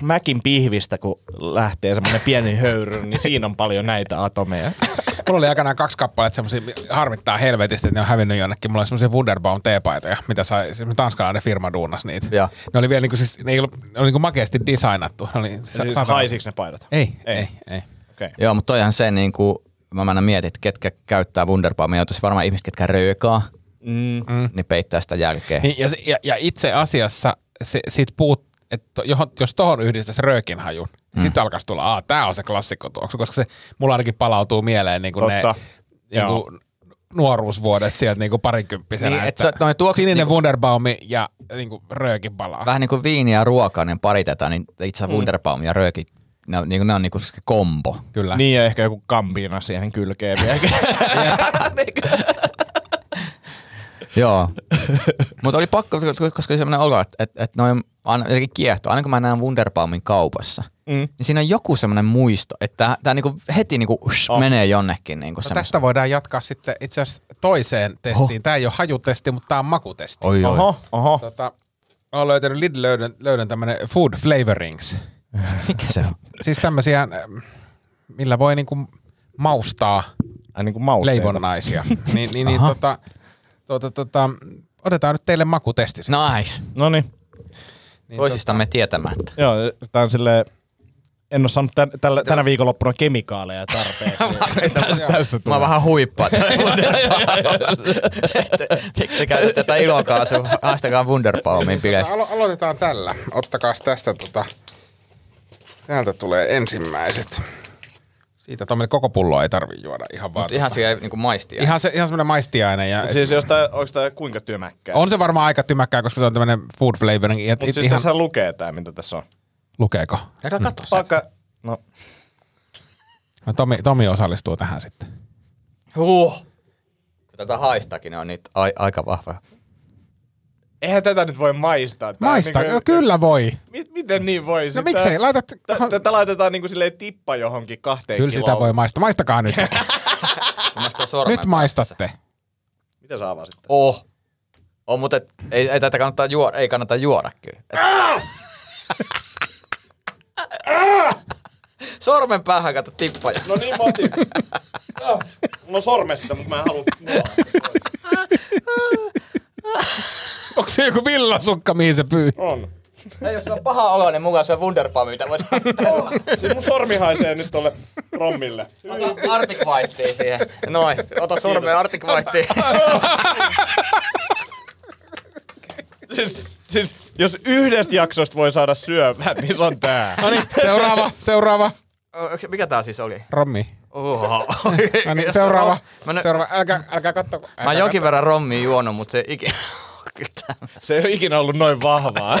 D: mäkin pihvistä, kun lähtee semmoinen pieni höyry, niin siinä on paljon näitä atomeja.
E: Mulla oli aikanaan kaksi kappaletta semmosia, harmittaa helvetisti, että ne on hävinnyt jonnekin. Mulla oli semmosia Wunderbaum teepaitoja, mitä sai, semmoinen tanskalainen firma duunas niitä.
B: Joo.
E: Ne oli vielä niinku siis, ne, ei ollut, ne oli niinku makeasti designattu. Ne oli, sa-
D: Siis
E: satana-
D: haisiks ne paidat?
E: Ei,
D: Ei.
E: ei, ei. ei.
D: Okay.
B: Joo, mutta toihan se, niin kuin, mä aina mietin, että ketkä käyttää Wunderbaumia, joutuisi varmaan ihmiset, ketkä röökaa,
D: Mm.
B: mm. niin peittää sitä jälkeen.
E: Niin, ja, se- ja, ja, itse asiassa se, siitä puut, että johon, jos tohon yhdistäisi röökin hajun, mm. sitten alkaisi tulla, aa, tää on se klassikkotuoksu, koska se mulla ainakin palautuu mieleen niin kuin ne
D: Totta.
E: niin kuin, nuoruusvuodet sieltä niin kuin parikymppisenä.
B: Niin, et sä- noi tuoksut
E: sininen
B: niinku-
E: Wunderbaumi ja niin kuin röökin palaa.
B: Vähän niin kuin viini ja ruoka, niin paritetaan, niin itse
D: Mm.
B: asiassa Wunderbaum ja rööki, ne, on- niin kuin, ne on niin kuin se kombo.
E: Kyllä.
D: Niin ja ehkä joku kampiina siihen kylkeen vielä.
B: Joo. Mutta oli pakko, koska oli sellainen olo, että, että, että noin aina jotenkin kiehtoo. Aina kun mä näen Wunderbaumin kaupassa, mm. niin siinä on joku semmoinen muisto, että tämä, tämä niinku heti niinku ush, oh. menee jonnekin. Niinku
E: No
B: no
E: tästä voidaan jatkaa sitten itse asiassa toiseen testiin. Tämä ei ole hajutesti, mutta tämä on makutesti.
B: Oi, oi.
D: oho, oho.
E: Tota, mä oon löytänyt Lidl löydön, löydön tämmönen food flavorings.
B: Mikä se on?
E: Siis tämmöisiä, ähm, millä voi niinku maustaa
D: Ai niinku mausteita.
E: leivonnaisia. niin, niin, niin tota, tota, tota, otetaan nyt teille makutesti. No,
B: Nice.
D: Noniin. No,
E: niin,
B: Toisistamme tietämättä.
D: Joo, tää on silleen, en oo saanut tän, tällä, tänä viikonloppuna kemikaaleja tarpeeksi. tässä, tässä
B: Mä
D: tulee.
B: vähän huippaan. tätä Wunderbaumia. Että Miksi te käytätte tätä ilokaasua? Haastakaa Wunderbaumin
E: tota,
B: bileistä.
E: alo- aloitetaan tällä. Ottakaa tästä tota, täältä tulee ensimmäiset. Siitä tuommoinen koko pullo ei tarvi juoda ihan vaan.
B: Mutta ihan siellä ei niinku maistia.
E: Ihan, se, ihan semmoinen maistiainen. Ja,
D: Siis jos tää, onks tää kuinka työmäkkää?
E: On se varmaan aika tymäkkää, koska se on tämmöinen food flavoring. Ja
D: Mut
E: it,
D: siis
E: ihan,
D: ihan... tässä lukee tää, mitä tässä on.
E: Lukeeko? Mm.
B: Käydään katsoa.
D: Pakka, no
E: No, Tomi, Tomi osallistuu tähän sitten.
B: niin Huh. Kun Tätä haistakin ne on niitä ai, aika vahva.
D: Eihän tätä nyt voi maistaa. Tää
E: Maista,
D: niinku-
E: kyllä voi.
D: Mi- miten niin voi?
E: No miksei, laitat...
D: Tätä, tätä laitetaan niinku silleen tippa johonkin kahteen
E: Kyllä
D: kiloon.
E: sitä voi maistaa. Maistakaa nyt. Nyt maistatte.
D: Mitä saa vaan sitten?
B: Oh. On, mutta et, ei, ei, tätä kannattaa juoda, ei kannata juoda kyllä. Et... Sormen päähän kato tippa.
D: No niin, mä otin. Ah, No sormessa, mutta mä en halua.
E: Onko se joku villasukka, mihin se pyy?
D: On.
B: Ja jos on paha olo, niin mukaan syö Wunderbaumi, mitä voit olla.
D: Siis mun sormi haisee nyt tolle rommille.
B: Ota Arctic Whitea siihen. Noin, ota sormen Arctic Whitea.
D: Siis, siis jos yhdestä jaksosta voi saada syövän, niin se on tää.
E: No niin, seuraava, seuraava.
B: Ö, Mikä tää siis oli?
E: Rommi.
B: Oho.
E: No niin, seuraava.
B: Mä, nyt,
E: Seuraava. Älkää, älkää katso.
B: mä oon jonkin verran rommiin juonut, mutta se ei ikinä...
D: Se ei ole ikinä ollut noin vahvaa.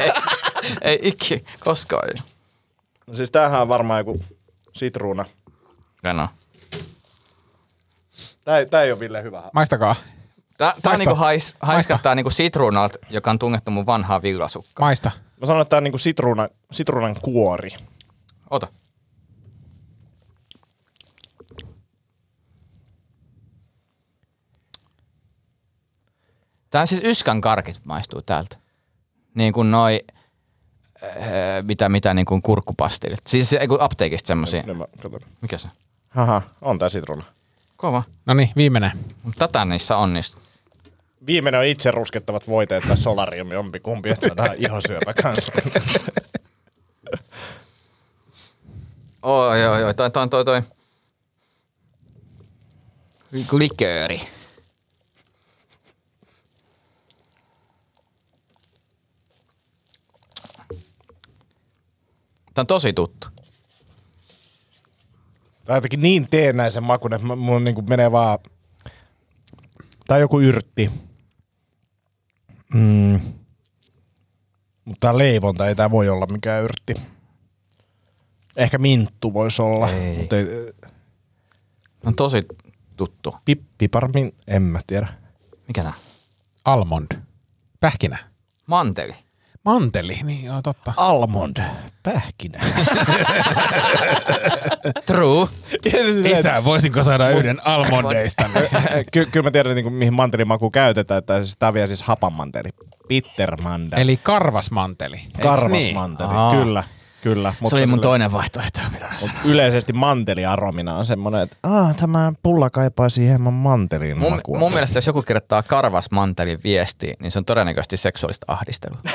B: ei ikinä, koskaan.
D: No siis tämähän on varmaan joku sitruuna.
B: Kano.
D: Tää, ei- tää ei ole Ville hyvä.
E: Maistakaa.
B: Tää, tää
E: Maista.
B: niinku hais, haiskahtaa niinku sitruunalta, joka on tungettu mun vanhaa villasukkaan.
E: Maista.
D: Mä sanon, että tää on niinku sitruuna, sitruunan kuori.
B: Ota. Tää siis yskän karkit maistuu täältä. Niin kuin noi, öö, mitä, mitä niin kuin kurkkupastilit. Siis ei kun apteekista semmosia.
D: Nyt mä katson.
B: Mikä se? on?
D: Haha, on tää sitruuna.
B: Kova.
E: No niin, viimeinen.
B: Mut Tätä niissä onnistuu.
D: Viimeinen on itse ruskettavat voiteet tai solarium, jompi kumpi, että saadaan ihosyöpä kanssa.
B: Oi, oi, oi. Toi, toi, toi, toi. Lik- Likööri. Tämä on tosi tuttu.
D: Tää on jotenkin niin teennäisen makun, että mulla niinku menee vaan... Tai joku yrtti. Mm. Mutta tää leivonta ei tää voi olla mikään yrtti. Ehkä minttu voisi olla. Mutta ei,
B: Tämä on tosi tuttu.
D: pip, piparmin, en mä tiedä.
B: Mikä tämä?
E: Almond. Pähkinä.
B: Manteli.
E: Manteli, niin joo, totta.
D: Almond, pähkinä.
B: True.
E: Isä, voisinko saada yhden almondeista?
D: Ky- kyllä mä tiedän, niinku, mihin mantelimaku käytetään. Että siis, tää on vielä siis hapanmanteli. Bittermandel.
E: Eli karvas manteli.
D: Karvas
E: Eiks niin?
D: manteli,
B: Aa.
D: kyllä. Kyllä,
B: Se oli mun
D: sille-
B: toinen vaihtoehto, mitä mä sanoin.
D: yleisesti manteliaromina on semmoinen, että Aa, tämä pulla kaipaisi hieman mantelin
B: Mun,
D: makua.
B: mun mielestä jos joku kirjoittaa karvas mantelin viestiin, niin se on todennäköisesti seksuaalista ahdistelua.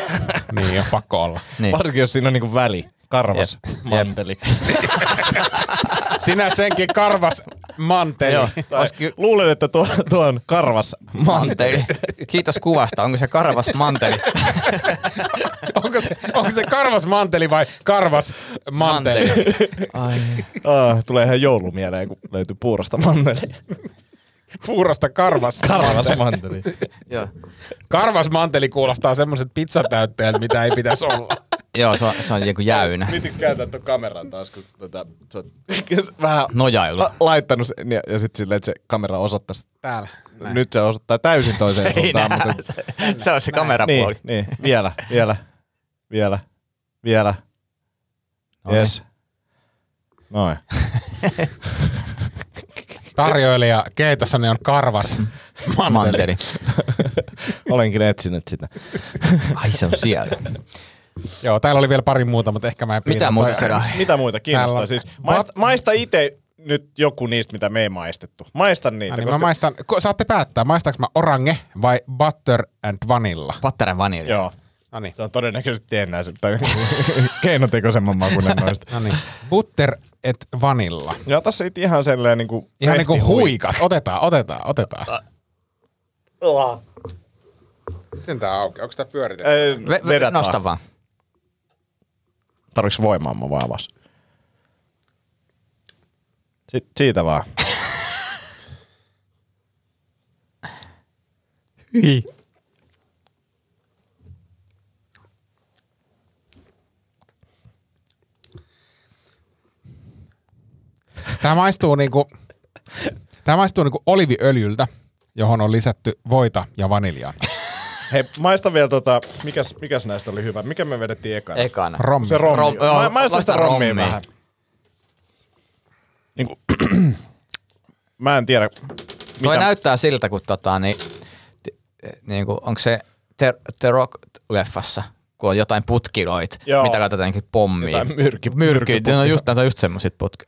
E: Niin, on pakko olla.
B: Niin.
D: Varsinkin jos siinä on niinku väli, karvas
B: Jep.
D: manteli.
E: Sinä senkin karvas manteli.
B: Joo.
D: Tai,
B: Ois ky-
D: luulen, että tuo, tuo on karvas manteli.
B: Manteli. Kiitos kuvasta. Onko se karvas manteli?
E: Onko se, onko se karvas manteli vai karvas manteli? manteli.
B: Ai.
D: Aa, tulee ihan joulumieleen, kun löytyy puurosta manteli.
E: Puurosta karvas.
D: Karvas manteli.
B: Joo.
E: Karvas manteli kuulostaa semmoiset pizzatäytteet, mitä ei pitäisi olla.
B: Joo, se on, se on joku jäynä.
D: Miten käytän tuon kameran taas, kun tota, sä oot vähän
B: Nojailu.
D: la- laittanut sen, ja, ja sitten silleen, että se kamera osoittaisi.
E: Täällä.
D: Näin. Nyt se osoittaa täysin toiseen suuntaan. Mutta
B: se on se kamerapuoli.
D: Niin, niin. Vielä, vielä, vielä, vielä.
B: Noin.
D: Yes. Noin.
E: Tarjoilija Keitossani on karvas.
D: Niin.
B: Manteli.
D: Olenkin etsinyt sitä.
B: Ai se on siellä.
E: Joo, täällä oli vielä pari muuta, mutta ehkä mä en
B: Mitä
E: piilotan.
B: muuta siellä on?
D: Mitä muita
E: Täällä
D: kiinnostaa?
E: on-
D: Siis maista, maista itse nyt joku niistä, mitä me ei maistettu. Maista niitä,
E: Ai
D: Ai,
E: Niin, mä maistan, ko- saatte päättää, maistaanko mä orange vai butter and vanilla.
B: Patteren vanilja.
D: joo,
E: No niin.
D: se on todennäköisesti teennäisen tai keinotekoisemman makuinen maista.
E: No niin. Butter et vanilla.
D: Ja tässä it ihan sellainen niinku
E: Ihan niinku
D: rehti hui.
E: huikat. Otetaan, otetaan, otetaan. Miten tää auki? Onko tää pyöritetty?
D: Ei,
B: Ve- ve-
D: vedät
B: nosta
D: vaan.
B: vaan.
D: Tarviks voimaa, mä vaan avasin. Sit, siitä vaan.
E: Tää maistuu niinku, tää maistuu niinku oliviöljyltä, johon on lisätty voita ja vaniljaa.
D: Hei, maista vielä tota, mikäs, mikäs näistä oli hyvä? Mikä me vedettiin ekana?
B: Ekana.
E: Rommi.
D: Se rommi.
B: Rom-
D: Rom,
B: joo,
D: Ma, maista sitä
B: laita
D: rommia,
B: rommia.
D: vähän. Niin kuin, mä en tiedä,
B: Toi
D: mitä-
B: näyttää siltä, kun tota, niin, ti- niin kuin, onko se The, The Rock-leffassa, kun on jotain putkiroit,
D: Joo.
B: mitä katsotaan jotenkin pommia.
D: Jotain myrky-
B: myrky,
D: myrkyputkia.
B: no just, näitä on just semmoiset putki.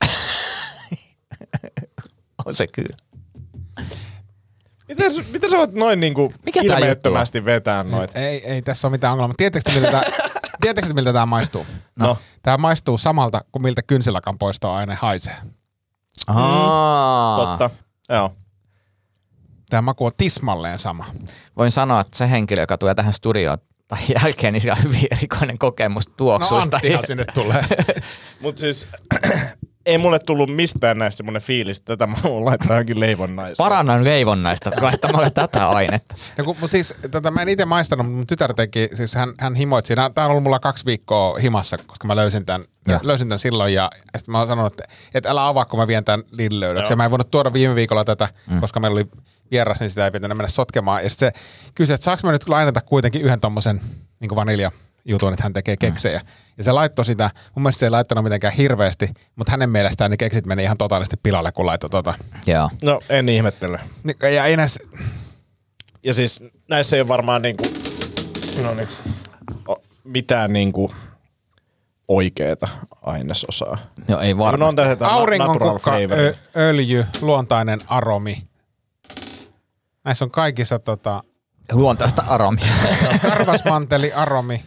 B: on se kyllä.
D: miten, s- miten sä voit noin niinku
B: Mikä tää
D: ilmeettömästi vetää noit?
E: Ei, ei tässä ole mitään ongelmaa. Tiedättekö te, miltä tämä, tiedättekö te, miltä tämä maistuu?
D: No.
E: Tämä maistuu samalta kuin miltä kynsilakan poistoaine haisee.
B: Aa,
D: Mm. Totta. Joo.
E: Tämä maku on tismalleen sama.
B: Voin sanoa, että se henkilö, joka tulee tähän studioon tai jälkeen, niin sillä on hyvin erikoinen kokemus
D: No,
E: No
B: tuoksuista.
E: tulee.
D: Mut siis ei mulle tullut mistään näistä semmonen fiilis, että tätä mä haluan laittaa johonkin leivonnaiseen.
B: Parannan leivonnaista laittamalla tätä ainetta.
E: No kun, mun siis, tota, mä en itse maistanut, mutta mun tytär teki, siis hän, hän himoitsi. Nää- Tää on ollut mulla kaksi viikkoa himassa, koska mä löysin tämän, löysin tämän silloin ja, ja sitten mä oon sanonut, että, että älä avaa, kun mä vien tämän lillöydöksi. Ja mä en voinut tuoda viime viikolla tätä, mm. koska meillä oli vieras, niin sitä ei pitänyt mennä sotkemaan. Ja sitten se kysyi, että saanko mä nyt lainata kuitenkin yhden tommosen niin vanilja jutun, että hän tekee keksejä. Ja se laittoi sitä, mun mielestä se ei laittanut mitenkään hirveästi, mutta hänen mielestään ne keksit meni ihan totaalisesti pilalle, kun laittoi tota.
B: Joo.
D: No en ihmettele.
E: Ni- Ja ei näissä,
D: Ja siis näissä ei ole varmaan niinku, no niin, o- mitään niinku oikeeta ainesosaa.
B: Joo, ei varmasti.
D: No on tässä tää
E: Auringon
D: natural
E: kukka,
D: flavor.
E: ö, öljy, luontainen aromi. Näissä on kaikissa tota,
D: no.
B: Luontaista aromia.
E: karvasmanteli, aromi.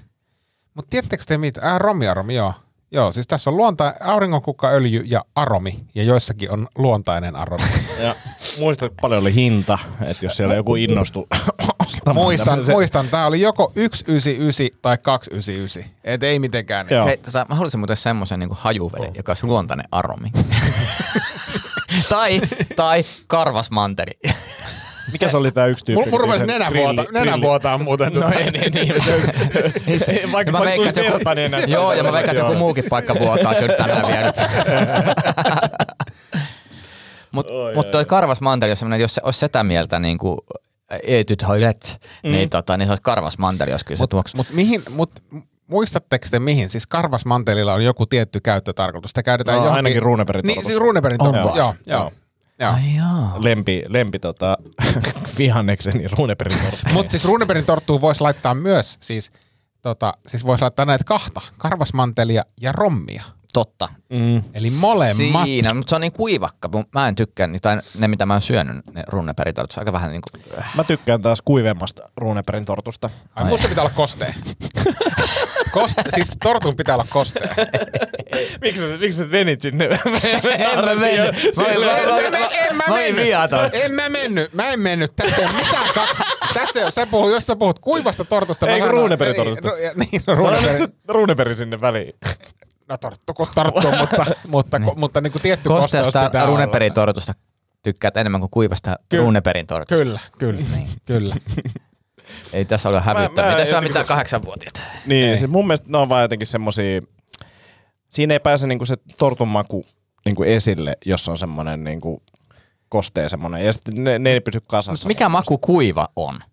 E: Mutta tiedättekö te mitä? Äh, romiaromi, joo. Joo, siis tässä on luonta, auringonkukka, öljy ja aromi. Ja joissakin on luontainen aromi.
D: Ja muista paljon oli hinta, että jos siellä joku innostui ostamaan
E: muistan,
D: tämmösen-
E: muistan. Tämä oli joko 199 tai 299. Et ei mitenkään.
D: Joo. Oh.
B: Hei, tota, mä haluaisin muuten semmoisen niin hajuveden, joka olisi luontainen aromi. tai, tai karvas manteri.
D: Mikä se oli tää yksi tyyppi?
E: Mulla mun rupesi nenä vuotaa, nenä vuotaa muuten. tuota-
D: No ei, ei, ei.
B: Niin
D: ei vaikka
B: Ja
D: mä
B: no veikkaan, että
D: tulisin
B: joku-
D: verta, niin enää-
B: Joo, ja mä veikkaan, että joku muukin paikka vuotaa kyllä tänään vielä nyt. Mutta mut toi karvas manteri, jos, semmonen- jos se olisi sitä mieltä niin kuin etyt hoilet, niin, tota, niin se olisi karvas manteri, jos kyllä se tuoksuu.
E: Mutta mihin, mut, muistatteko te mihin? Siis karvasmantelilla on joku tietty käyttötarkoitus. Sitä käytetään
D: No,
E: johonkin...
D: ainakin Runebergin
E: Niin,
D: torpassa.
E: siis Runebergin
B: On
E: torpassa.
B: vaan.
E: Joo, joo. joo.
B: Ai joo.
D: Lempi, lempi tota, vihannekseni ruuneperin
E: Mutta siis Runebergin torttuun voisi laittaa myös siis, tota, siis voisi laittaa näitä kahta, karvasmantelia ja rommia.
B: Totta.
D: mm.
E: Eli molemmat.
B: Siinä, mutta se on niin kuivakka. mun- Mä en tykkää, niin- tai ne mitä mä oon syönyt, ne runneperitot, se on aika vähän niin kuin...
D: Mä tykkään taas kuivemmasta ruuneperin tortusta.
E: Ai, musta pitää olla kostea. Koste, siis tortun pitää olla kostea.
D: Miksi sä, miksi sä venit sinne?
B: En mä mennyt.
E: Siis
B: Mä olin- mä olin-
E: En mä- en mä
B: mä olin
E: mennyt.
B: viaton.
E: En mä mennyt, mä en mennyt. Tässä ei ole mitään kaksi. Tässä ei ole, sä puhut, jos sä puhut kuivasta tortusta. mä
D: Ei, kun
E: sanon-
D: Runebergin tortusta.
E: Niin, niin
D: Sano nyt
E: Runebergin.
D: se ruuneperin sinne väliin.
E: No torttu kun torttu, mutta, mutta, mutta, mutta niin kuin tietty kosteus pitää
B: Kosteasta
E: olla.
B: runeperin tortusta tykkäät enemmän kuin kuivasta
E: Ky-
B: Ky- runeperin tortusta.
E: Kyllä, kyllä, kyllä.
B: Ei tässä ole hävyttävää.
D: mä
B: Ei tässä ole
D: jotenkin
B: mitään
D: se-
B: kahdeksanvuotiaita.
D: Niin, siis mun mielestä ne on vaan jotenkin semmosia... Siinä ei pääse niinku se tortun maku niinku esille, jos on semmonen niinku kostee semmonen. Ja sitten ne, ne ei pysy kasassa.
B: Mikä maku kuiva on?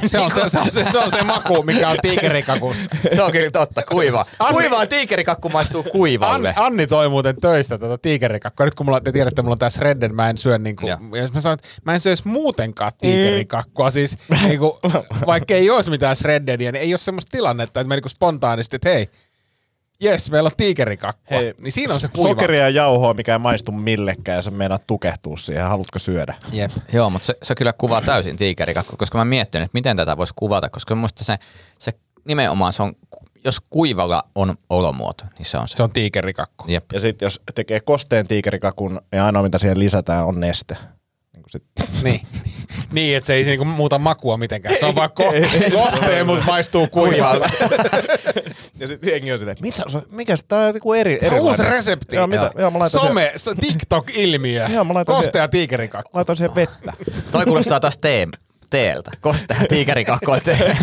B: Niin.
E: Se on se, se, on se, se, on se maku, mikä on tiikerikakussa.
B: Se on kyllä totta, kuiva.
E: Anni-
B: Kuiva on tiikerikakku maistuu
E: Anni,
B: kuivalle.
E: Anni toi muuten töistä tätä tiikerikakkoa. Nyt kun mulla, te tiedätte, mulla on tässä Redden, mä en syö niinku,
B: Joo.
E: jos mä sanon, että mä en syö edes muutenkaan tiikerikakkoa, siis niinku, vaikka ei olisi mitään Shreddenia, niin ei ole semmoista tilannetta, että mä niinku spontaanisti, että hei, jes, meillä on tiikerikakkoa. Hei, niin siinä on se kuiva.
D: Sokeria ja jauhoa, mikä ei maistu millekään ja sä meinaat tukehtua siihen. Haluatko syödä?
E: Jep.
B: Joo, mutta se, se kyllä kuvaa täysin tiikerikakku, koska mä miettinyt, että miten tätä voisi kuvata, koska musta se, se nimenomaan se on, jos kuivalla on olomuoto, niin se on se.
E: Se on tiikerikakko.
B: Jep.
D: Ja sitten jos tekee kosteen tiikerikakun, niin ainoa mitä siihen lisätään on neste. Niin kuin sit.
E: Niin. niin, että se ei niinku muuta makua mitenkään. Se on vaan ko- kosteen, mutta maistuu kuivalta.
D: Ja sitten jengi on silleen, mitä se, mikä se, tää on joku eri,
E: Tämä on
D: erilainen.
E: uusi resepti.
D: Joo, mitä, joo, mä laitan Siihen,
E: Some, se- TikTok-ilmiö.
D: Joo, mä laitan
E: Kostea tiikerikakku.
D: laitan siihen vettä.
B: Toi kuulostaa taas teem, teeltä. Kostea tiikerikakkoa te-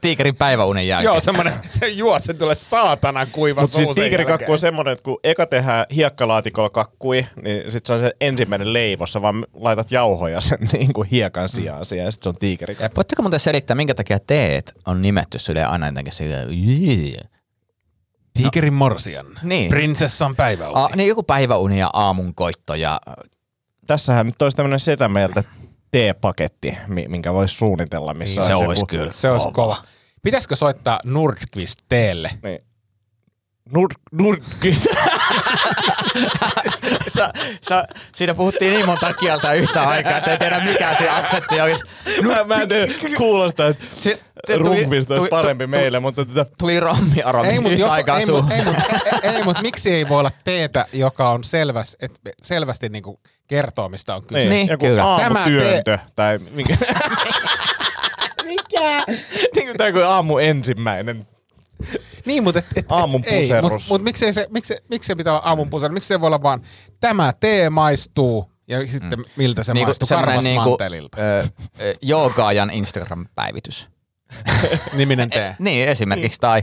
B: tiikerin päiväunen jälkeen.
E: Joo, semmoinen, se juo, se tulee saatanan kuiva
D: Mutta siis
E: suu sen
D: tiikerikakku on
E: jälkeen.
D: semmoinen, että kun eka tehdään hiekkalaatikolla kakkui, niin sit se on se ensimmäinen leivossa, vaan laitat jauhoja sen niin kuin hiekan sijaan siihen, ja sit se on tiikerikakku.
B: Voitteko muuten selittää, minkä takia teet on nimetty sille aina jotenkin silleen, "Jee."
E: Tiikerin morsian.
B: Niin.
E: Prinsessan päiväuni.
B: A, niin joku päiväuni ja aamunkoitto ja
D: Tässähän nyt olisi tämmöinen setä mieltä T-paketti, mi- minkä voisi suunnitella, missä
B: Niin, se
D: olisi
B: olisi
D: joku-
B: kyllä.
E: Se olisi kova. Pitäisikö soittaa Nordqvist teelle?
D: Niin. Nur, nurkista.
B: Sä, sä, siinä puhuttiin niin monta kieltä yhtä aikaa, että ei tiedä mikä se aksentti olisi.
D: mä, mä en tiedä, kuulostaa, että
B: Se-
D: se,
B: se
D: se
B: tuli-
D: rumpista
B: tuli-
D: olisi parempi
B: tu-
D: meille, mutta tota, tätä
B: Tuli rommi aromi
E: Ei, mutta
B: yhtä
E: jos,
B: aikaa
E: ei,
B: suuhun.
E: mut, ei, mut, ei, ei, mut, miksi ei voi olla teetä, joka on selväs, et, selvästi niinku kertoo, mistä on kyse?
D: niin,
B: Niin,
D: joku
B: kyllä.
D: aamutyöntö tai mikä. mikä? niin kuin, tai kuin aamu ensimmäinen.
E: Niin, mutta et, et,
D: Aamun
E: et, ei, mut,
D: puserrus.
E: mut miksei se, miksi, miksi se pitää olla aamun puserus? Miksi se voi olla vaan, tämä tee maistuu, ja sitten mm. miltä se niin maistuu,
B: semmonen
E: karvas
B: niinku,
E: niinku,
B: ö, ö, joogaajan Instagram-päivitys.
E: niminen tee.
B: Niin, esimerkiksi. Tai,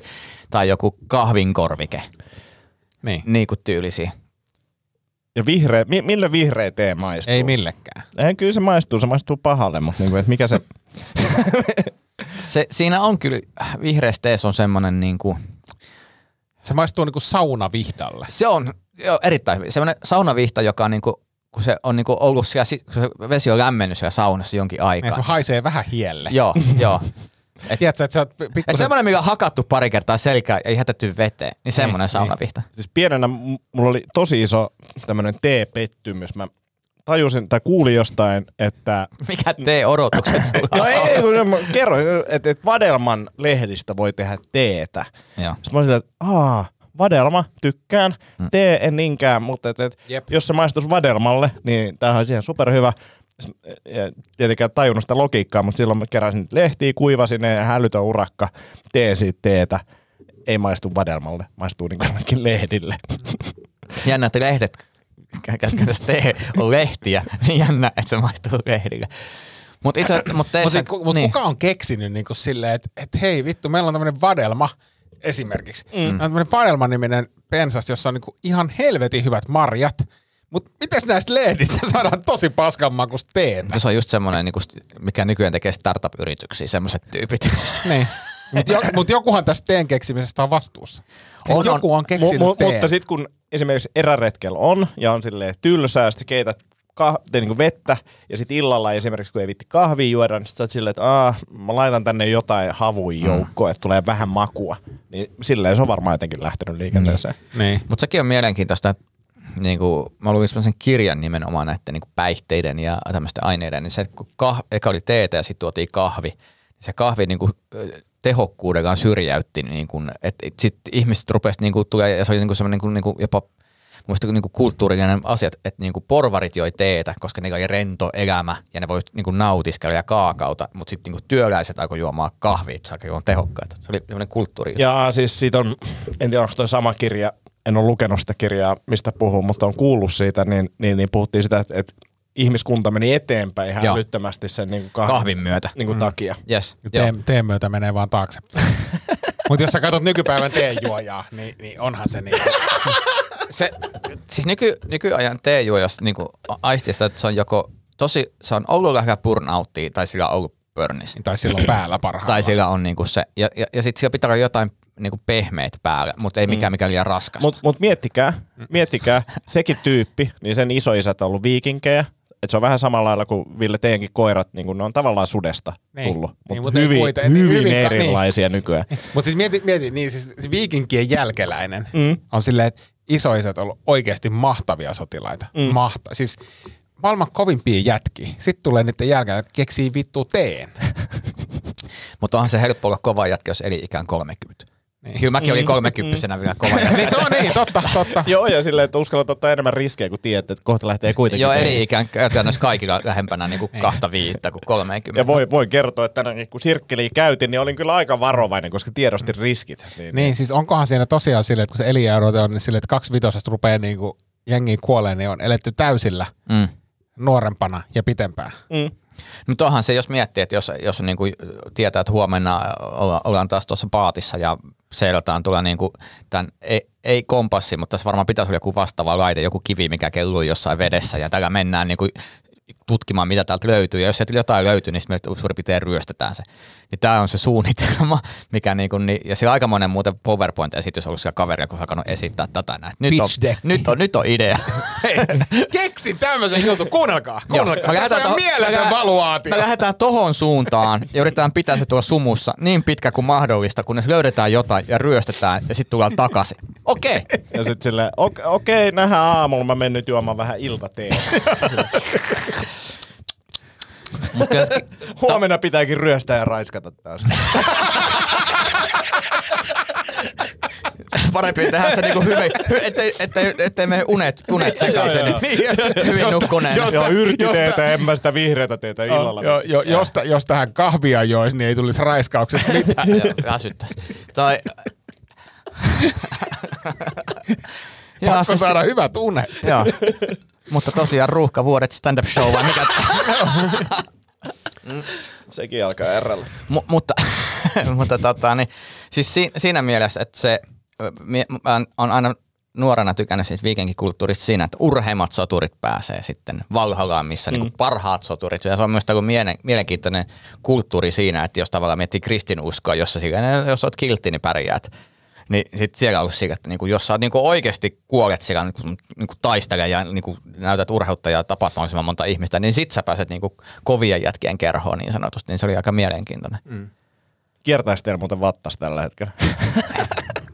B: tai joku kahvinkorvike.
E: Niin.
B: Niin kuin tyylisiä.
D: Ja vihreä, mi, millä vihreä tee maistuu?
E: Ei millekään.
D: Ei, kyllä se maistuu, se maistuu pahalle, mutta niin kuin, että mikä se...
B: Se, siinä on kyllä, vihreässä teessä on semmoinen niin kuin,
E: Se maistuu niinku saunavihdalle.
B: se on joo, erittäin hyvin. Semmoinen saunavihta, joka on niin kuin, kun se on niin kuin ollut siellä, si- kun se vesi on lämmennyt siellä saunassa jonkin
E: Niin,
B: aikaa.
E: se haisee vähän hielle.
B: Joo, joo.
E: Tiedätkö, että sä oot
B: Et
E: pikkusen...
B: semmoinen, mikä on hakattu pari kertaa selkää ja jätetty veteen, niin semmoinen saunavihta.
D: Siis pienenä m- mulla oli tosi iso tämmöinen tee-pettymys. Mä tajusin tai kuulin jostain, että
B: Mikä tee odotukset
D: No
B: sulla on?
D: ei, kun mä kerroin, että, että Vadelman lehdistä voi tehdä teetä.
B: Joo.
D: Sitten mä olin silleen, että aa, Vadelma, tykkään, tee en niinkään, mutta et, et,
E: Jep.
D: jos se maistuisi Vadelmalle, niin tämähän olisi ihan superhyvä. S- ja Tietenkään tajunnut sitä logiikkaa, mutta silloin mä keräsin niitä lehtiä, kuivasin ne, hälytön urakka, teen siitä teetä. Ei maistu Vadelmalle, maistuu niin kuin lehdille.
B: Jännä, että lehdet, jos tee on lehtiä, niin jännä, että se maistuu lehdille. Mutta itse, mutta
E: Mutta
B: teessä,
E: ku, mut
B: niin,
E: kuka on keksinyt niinku silleen, että et, hei vittu, meillä on tämmöinen vadelma esimerkiksi. Mm. On tämmöinen vadelma-niminen pensas, jossa on niinku ihan helvetin hyvät marjat. Mutta miten näistä lehdistä saadaan tosi paskan makusta teetä?
B: mutta se on just semmoinen, niinku, mikä nykyään tekee startup-yrityksiä, semmoiset tyypit.
E: niin. Mutta jo, mut jokuhan tästä teen keksimisestä on vastuussa. Siis
B: On,
E: on,
B: on.
E: joku on
D: Mu-
E: keksinyt
D: mu-
E: teen.
D: mutta sitten kun esimerkiksi eräretkellä on ja on silleen tylsää, sitten keität kah- niin kuin vettä ja sitten illalla esimerkiksi kun ei vitti kahvia juoda, niin sit sä oot silleen, että aah, mä laitan tänne jotain havuin joukkoon, että tulee vähän makua. Niin silleen se on varmaan jotenkin lähtenyt liikenteeseen.
E: niin.
B: Mutta sekin on mielenkiintoista, että niinku, mä luin sellaisen kirjan nimenomaan näiden niinku, päihteiden ja tämmöisten aineiden, niin se, kun kah- eka oli teetä ja sitten tuotiin kahvi, niin se kahvi niinku, ö, tehokkuudellaan syrjäytti, niinku, että sitten ihmiset rupesivat niinku, tulee ja se oli niinku, semmoinen niinku, niinku, jopa muista niinku kulttuurinen asia, että niinku porvarit joi teetä, koska niillä oli rento elämä ja ne voi niinku nautiskella ja kaakauta, mutta sitten niinku työläiset alkoi juomaan kahvia, että se alkoi juomaan tehokkaita. Se oli semmoinen kulttuuri.
D: Ja siis siitä on, en tiedä onko toi sama kirja, en ole lukenut sitä kirjaa, mistä puhuu, mutta on kuullut siitä, niin, niin, niin puhuttiin sitä, että, että ihmiskunta meni eteenpäin ihan
B: Joo.
D: älyttömästi sen niin kuin kahvin,
B: kahvin myötä.
D: Niin kuin takia.
B: Yes. joo.
E: Teen, teen myötä menee vaan taaksepäin. Mutta jos sä katsot nykypäivän teenjuojaa, niin, niin onhan se niin.
B: se, siis nyky, nykyajan teejuojas niin aistissa, että se on joko tosi, se on ollut lähellä burnouttia tai sillä on ollut burnis.
E: tai silloin päällä
B: Tai
E: parhaillaan.
B: sillä on niin kuin se, ja, ja, ja sitten sillä pitää olla jotain niin kuin pehmeät päällä, mutta ei mikään mikä on liian raskasta.
D: Mutta Mm. mut miettikää, miettikää, sekin tyyppi, niin sen isoisät on ollut viikinkejä. Et se on vähän samalla lailla kuin Ville teidänkin koirat, niin kun ne on tavallaan sudesta
E: Niin.
D: niin. tullut. Mutta
E: Niin,
D: niin,
E: mut
D: mut
E: ei
D: hyvin,
E: kuiten-
D: hyvin,
E: hyvin
D: hyvin
E: ka- niin.
D: erilaisia niin. nykyään.
E: Mutta siis mieti, mieti, niin siis se viikinkien jälkeläinen mm. on silleen, että isoiset on ollut oikeasti mahtavia sotilaita. Mm. Mahta- siis maailman kovimpia jätki. Sitten tulee niiden jälkeen, että keksii vittu teen.
B: Mutta onhan se helppo olla kova jätkä, jos eli ikään 30. Niin. Kyllä mäkin
D: Mm.
B: olin 30 vielä kova jätkä.
E: niin se on niin, totta, totta.
D: Joo, ja silleen, että uskallat ottaa enemmän riskejä, kun tiedät, että kohta lähtee kuitenkin.
B: Joo,
D: tekemään.
B: eri ikään käytännössä kaikilla lähempänä niin kuin kahta viittä kuin 30.
D: Ja voi, voin kertoa, että tänään kun sirkkeliä käytin, niin olin kyllä aika varovainen, koska tiedostin riskit. Niin.
E: Niin siis onkohan siinä tosiaan silleen, että kun se eliärote on, niin silleen, että kaksi vitosesta rupeaa niinku jengiin kuoleen, niin on eletty niin täysillä
B: Mm.
E: nuorempana ja pitempään.
D: Mm.
B: Mutta onhan se, jos miettii, että jos, jos niin kuin tietää, että huomenna olla- ollaan taas tuossa paatissa ja seiltaan tulee niin kuin tämän, ei, ei kompassi, mutta tässä varmaan pitäisi olla joku vastaava laite, joku kivi, mikä kelluu jossain vedessä ja tällä mennään niin kuin tutkimaan, mitä täältä löytyy. Ja jos sieltä jotain löytyy, niin sitten me suurin piirtein ryöstetään se. Niin tämä on se suunnitelma, mikä niinku, niin, ja sillä aikamoinen muuten PowerPoint-esitys ollut siellä kaveria, kun on alkanut esittää tätä näin. Nyt on,
E: Pitch deck.
B: nyt on, nyt on idea.
E: Keksin tämmöisen jutun, kuunnelkaa, kuunnelkaa.
B: Joo.
E: Tässä on ihan
B: to- me
E: mieletön
B: lähdetään-
E: valuaatio.
B: Me lähdetään tohon suuntaan ja yritetään pitää se tuolla sumussa niin pitkä kuin mahdollista, kunnes löydetään jotain ja ryöstetään ja sitten tullaan takaisin. Okei. Okay.
D: Ja sit silleen, okei, okay, nähdään aamulla, mä menen nyt juomaan vähän iltateetä.
B: Mutta
D: Huomenna pitääkin ryöstää ja raiskata taas.
B: parempi tehdä se niinku hyvin, hy, ettei, ettei, ettei mene unet, unet sekaisin. hyvin nukkuneen.
E: jos-
D: Ja
E: Josta-
D: yrttiteetä, en mä sitä vihreätä teetä illalla.
E: Jo, jo, jos, tä- jos tähän kahvia joisi, niin ei tulisi Niin, raiskauksesta mitään.
B: Väsyttäis. Tai... Jaa,
D: siis-
E: Pakko saada hyvä tunne.
B: Joo. siis- Mutta tosiaan ruuhka vuodet stand-up show vai mikä?
D: Sekin alkaa RL.
B: M- mutta mutta tota, niin, siis si- siinä mielessä, että se, ö, mie- mä on aina nuorena tykännyt siis viikinkikulttuurista siinä, että urheimmat soturit pääsee sitten Valhallaan, missä mm. niin parhaat soturit. Ja se on myös joku miele- mielenkiintoinen kulttuuri siinä, että jos tavallaan miettii kristinuskoa, jossa sillä, jos oot kiltti, niin pärjäät. Niin sit siellä on ollut sillä, että niinku, jos sä oot niinku oikeasti kuolet siellä niinku, niinku taistele ja niinku, näytät urheutta ja tapaat mahdollisimman monta ihmistä, niin sit sä pääset niinku, kovien jätkien kerhoon niin sanotusti. Niin se oli aika mielenkiintoinen. Mm.
D: Kiertäis teillä muuten vattas tällä hetkellä.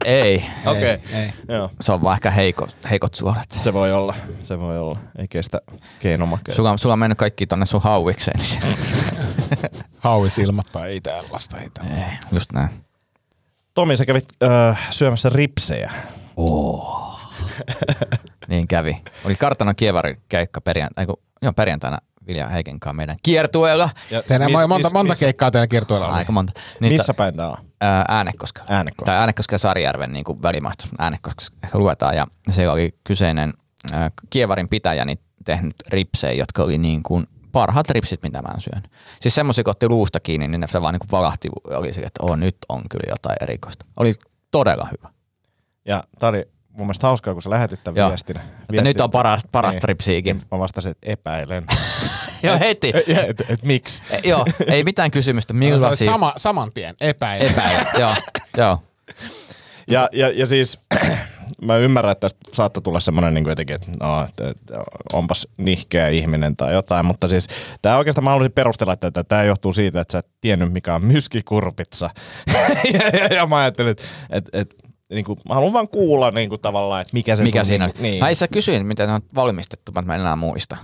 B: Ei.
D: Okei.
E: ei.
D: Joo.
B: Se on vaan ehkä heikot, heikot suolet.
D: Se voi olla, se voi olla. Ei kestä keinomakeja.
B: Sulla, on- sulla on mennyt kaikki tonne sun hauikseen. Niin se-
E: Hauisilmattaa ei tällaista. Ei
D: Niin,
E: tällaista.
B: Ei, Just näin.
D: Tomi, sä kävit äh, syömässä ripsejä.
B: Niin kävi. Oli kartanon kievari keikka perjantaina, kun, joo, perjantaina Vilja Heikin kanssa meidän kiertueella.
D: Ja
E: Tehdään
D: siis mis-
E: mis, monta,
D: mis-
E: monta
D: mis-
E: keikkaa teillä kiertueella oli.
B: Aika monta. Niin
D: Missä
B: ta-
D: päin tää on?
B: ää, Äänekoskella.
D: Äänekoskella.
B: Tai Äänekosken ja Sarijärven niin kuin välimaista. Äänekoskessa ehkä luetaan. Ja se oli kyseinen ää, kievarin pitäjä niin tehnyt ripsejä, jotka oli niin kuin parhaat ripsit, mitä mä oon syönyt. Siis semmoisia, kun otti luusta kiinni, niin ne se vaan niin kuin valahti. Oli se, että oo, nyt on kyllä jotain erikoista. Oli todella hyvä.
D: Ja tää oli mun mielestä hauskaa, kun sä lähetit tämän
B: Joo.
D: viestin.
B: Että nyt on paras, paras
D: Niin.
B: tripsiikin.
D: Mä vastasin, että epäilen.
B: Joo, heti.
D: ja, et, et, miksi?
B: E, joo, ei mitään kysymystä,
D: Niin,
B: millaisia
E: Sama, saman tien, epäilen.
B: epäilyjä. joo, joo.
D: Ja, ja, ja siis mä ymmärrän, että tästä saattaa tulla semmoinen niin jotenkin, että no, että- että onpas nihkeä ihminen tai jotain, mutta siis tämä oikeastaan mä haluaisin perustella tätä. Tämä johtuu siitä, että sä et tiennyt mikä on myskikurpitsa. ja, ja, ja, mä ajattelin, että, että, että niin kuin, mä haluan vaan kuulla niin kuin, tavallaan, että mikä se
B: Mikä
D: sun,
B: siinä oli?
D: niin, Niin,
B: Mä itse kysyin, miten ne on valmistettu, mutta mä en enää muista.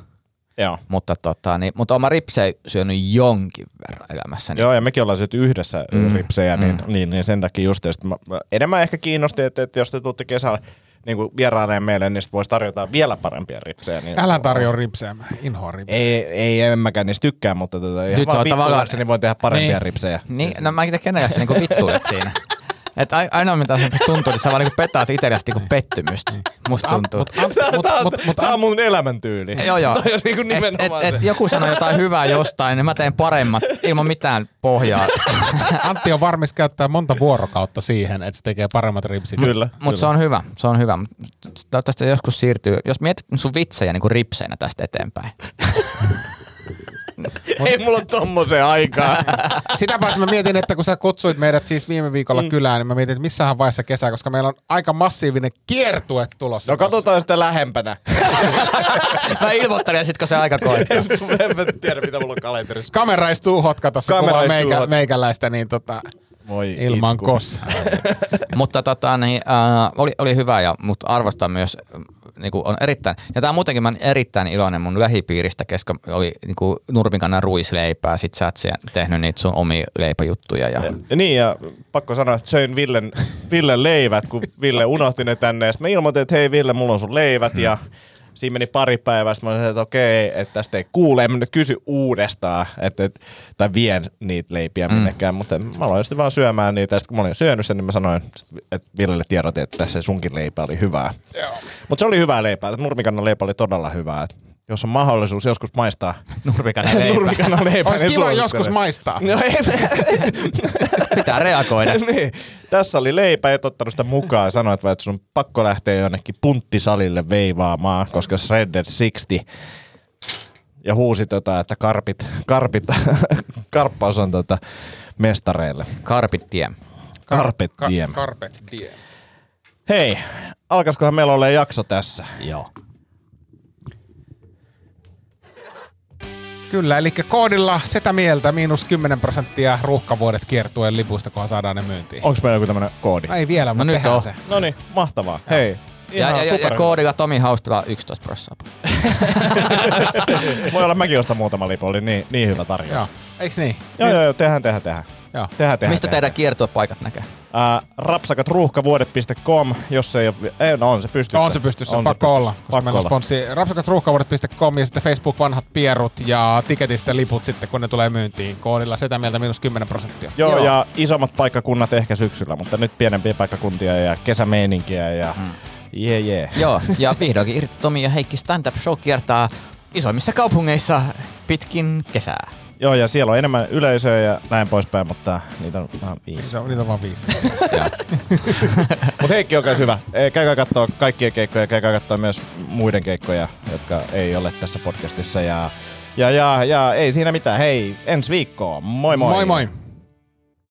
D: joo.
B: Mutta, tota, niin, mutta oon mä ripsejä syönyt jonkin verran elämässäni.
D: Joo, ja mekin ollaan syöty yhdessä mm. ripsejä, niin, mm. niin, niin, sen takia just, että mä, mä- enemmän ehkä kiinnosti, että, että jos te tuutte kesällä niin kuin vieraileen meille, niin sit voisi tarjota vielä parempia ripsejä. Niin
E: Älä tarjoa ripseä, mä inhoan ripseä.
D: Ei, ei en mäkään niistä tykkää, mutta tota, ihan
B: Nyt sä
D: vaan
B: oot tavallaan-
D: vittuillakseni voin tehdä parempia
B: Niin.
D: niin. ripsejä.
B: Niin, no mä en tiedä kenellä sä niinku vittuilet siinä. Et ai- ainoa mitä se tuntuu, niin sä vaan niinku petaat itsellesi niinku pettymystä.
D: Niin.
B: Musta tuntuu.
E: Mut, an, mut,
D: Tää on,
E: mut, mut,
D: tää on mun elämäntyyli.
B: Joo, joo.
D: Toi on niinku
B: et,
D: nimenomaan
B: et,
D: et,
B: et, joku sanoi jotain hyvää jostain, niin mä teen paremmat ilman mitään pohjaa.
E: Antti on varmis käyttää monta vuorokautta siihen, että se tekee paremmat ripsit.
D: Kyllä.
B: Mutta se on hyvä, se on hyvä. Mut Toivottavasti se joskus siirtyy, jos mietit sun vitsejä niin kuin ripseinä tästä eteenpäin.
D: Ei mulla ole tommoseen aikaa.
E: Sitä paitsi mä mietin, että kun sä kutsuit meidät siis viime viikolla mm. kylään, niin mä mietin, että missähän vaiheessa kesää, koska meillä on aika massiivinen kiertue tulossa.
D: No katsotaan sitä lähempänä.
B: Mä ilmoittelen ja sit kun se aika koittaa.
D: en mä tiedä, mitä mulla on kalenterissa.
E: Kamera istuu hotka tuossa
D: Kamera
E: kuvaa
D: istuu
E: meikä,
D: hotka.
E: meikäläistä, niin tota,
D: Voi
E: ilman
D: itku.
E: kos.
B: Mutta tota, niin, äh, oli, oli hyvä, ja, mutta arvostan myös, äh, niinku, on erittäin, ja tämä muutenkin mä olen erittäin iloinen mun lähipiiristä, koska oli niinku, nurmikannan ruisleipää, sit sä oot siellä tehnyt niitä sun omia leipäjuttuja. Ja,
D: Ja niin, ja pakko sanoa, että söin Villen, Villen leivät, kun Ville unohti ne tänne. Ja sitten mä ilmoitin, että hei Ville, mulla on sun leivät. Ja siinä meni pari päivää, sitten mä olin, että okei, että tästä ei kuule. En mä nyt kysy uudestaan, että, että, tai vien niitä leipiä
E: Mm.
D: minnekään. Mutta mä aloin sitten vaan syömään niitä. Ja sitten kun mä olin syönyt sen, niin mä sanoin, että Villelle tiedotin, että se sunkin leipä oli hyvää. Mutta se oli hyvää leipää. Nurmikannan leipä oli todella hyvää. Et jos on mahdollisuus joskus maistaa
B: Nurmikainen leipä.
D: nurmikana leipää.
E: Olisi
D: niin
E: kiva
D: suosittelen.
E: joskus maistaa.
D: No ei,
B: Pitää reagoida.
D: niin. Tässä oli leipä, et ottanut sitä mukaan ja sanoit vaan, että sun on pakko lähteä jonnekin punttisalille veivaamaan, koska Shredded 60 ja huusi tota, että karpit, karpit, karppaus on tota mestareille.
B: Karpit diem.
D: Karpet
E: Ka-
D: diem.
E: Carpet diem.
D: Hei, alkaisikohan meillä ole jakso tässä?
B: Joo.
E: Kyllä, eli koodilla sitä mieltä miinus 10 prosenttia ruuhkavuodet kiertueen lipuista, kunhan saadaan ne myyntiin.
D: Onko meillä joku tämmönen koodi?
E: No Ei vielä, mutta no
B: nyt
E: tehdään
B: on.
E: se.
D: No niin, mahtavaa. Hei,
B: Ja,
D: ihan
B: ja, ja, ja
D: super.
B: koodilla Tomi Haustila 11 prosenttia.
D: Voi olla mäkin ostan muutama lipu, oli niin, niin hyvä tarjous.
E: Joo. Eiks niin?
D: Joo, joo, joo, tehdään, tehdään, tehdään.
E: Joo.
D: tehdään, tehdään
B: Mistä
D: tehdään.
B: teidän kiertuepaikat näkee?
D: Äh, rapsakatruuhkavuodet.com, jos ei ole... Ei, no on se pystyssä.
E: On se pystyssä, on pakko olla. Koska
D: Pakko
E: meillä on
D: olla.
E: sponssi rapsakasruuhkavuodet.com ja sitten Facebook vanhat pierut ja tiketistä liput sitten, kun ne tulee myyntiin. Koodilla sitä mieltä miinus 10 prosenttia.
D: Joo,
B: Joo.
D: Joo, ja isommat paikkakunnat ehkä syksyllä, mutta nyt pienempiä paikkakuntia ja kesämeininkiä ja jee mm. jee.
B: Joo, ja vihdoinkin irti Tomi ja Heikki Stand Up Show kiertää isoimmissa kaupungeissa pitkin kesää.
D: Joo, ja siellä on enemmän yleisöä ja näin poispäin, mutta niitä on vähän viisi.
E: Se on, niitä on vaan viisi.
D: Mutta Heikki on myös hyvä. Ei, Käykää katsoa kaikkien keikkoja, käykää katsoa myös muiden keikkoja, jotka ei ole tässä podcastissa. Ja, ja, ja, ja ei siinä mitään. Hei, ensi viikkoon. Moi moi.
E: moi moi!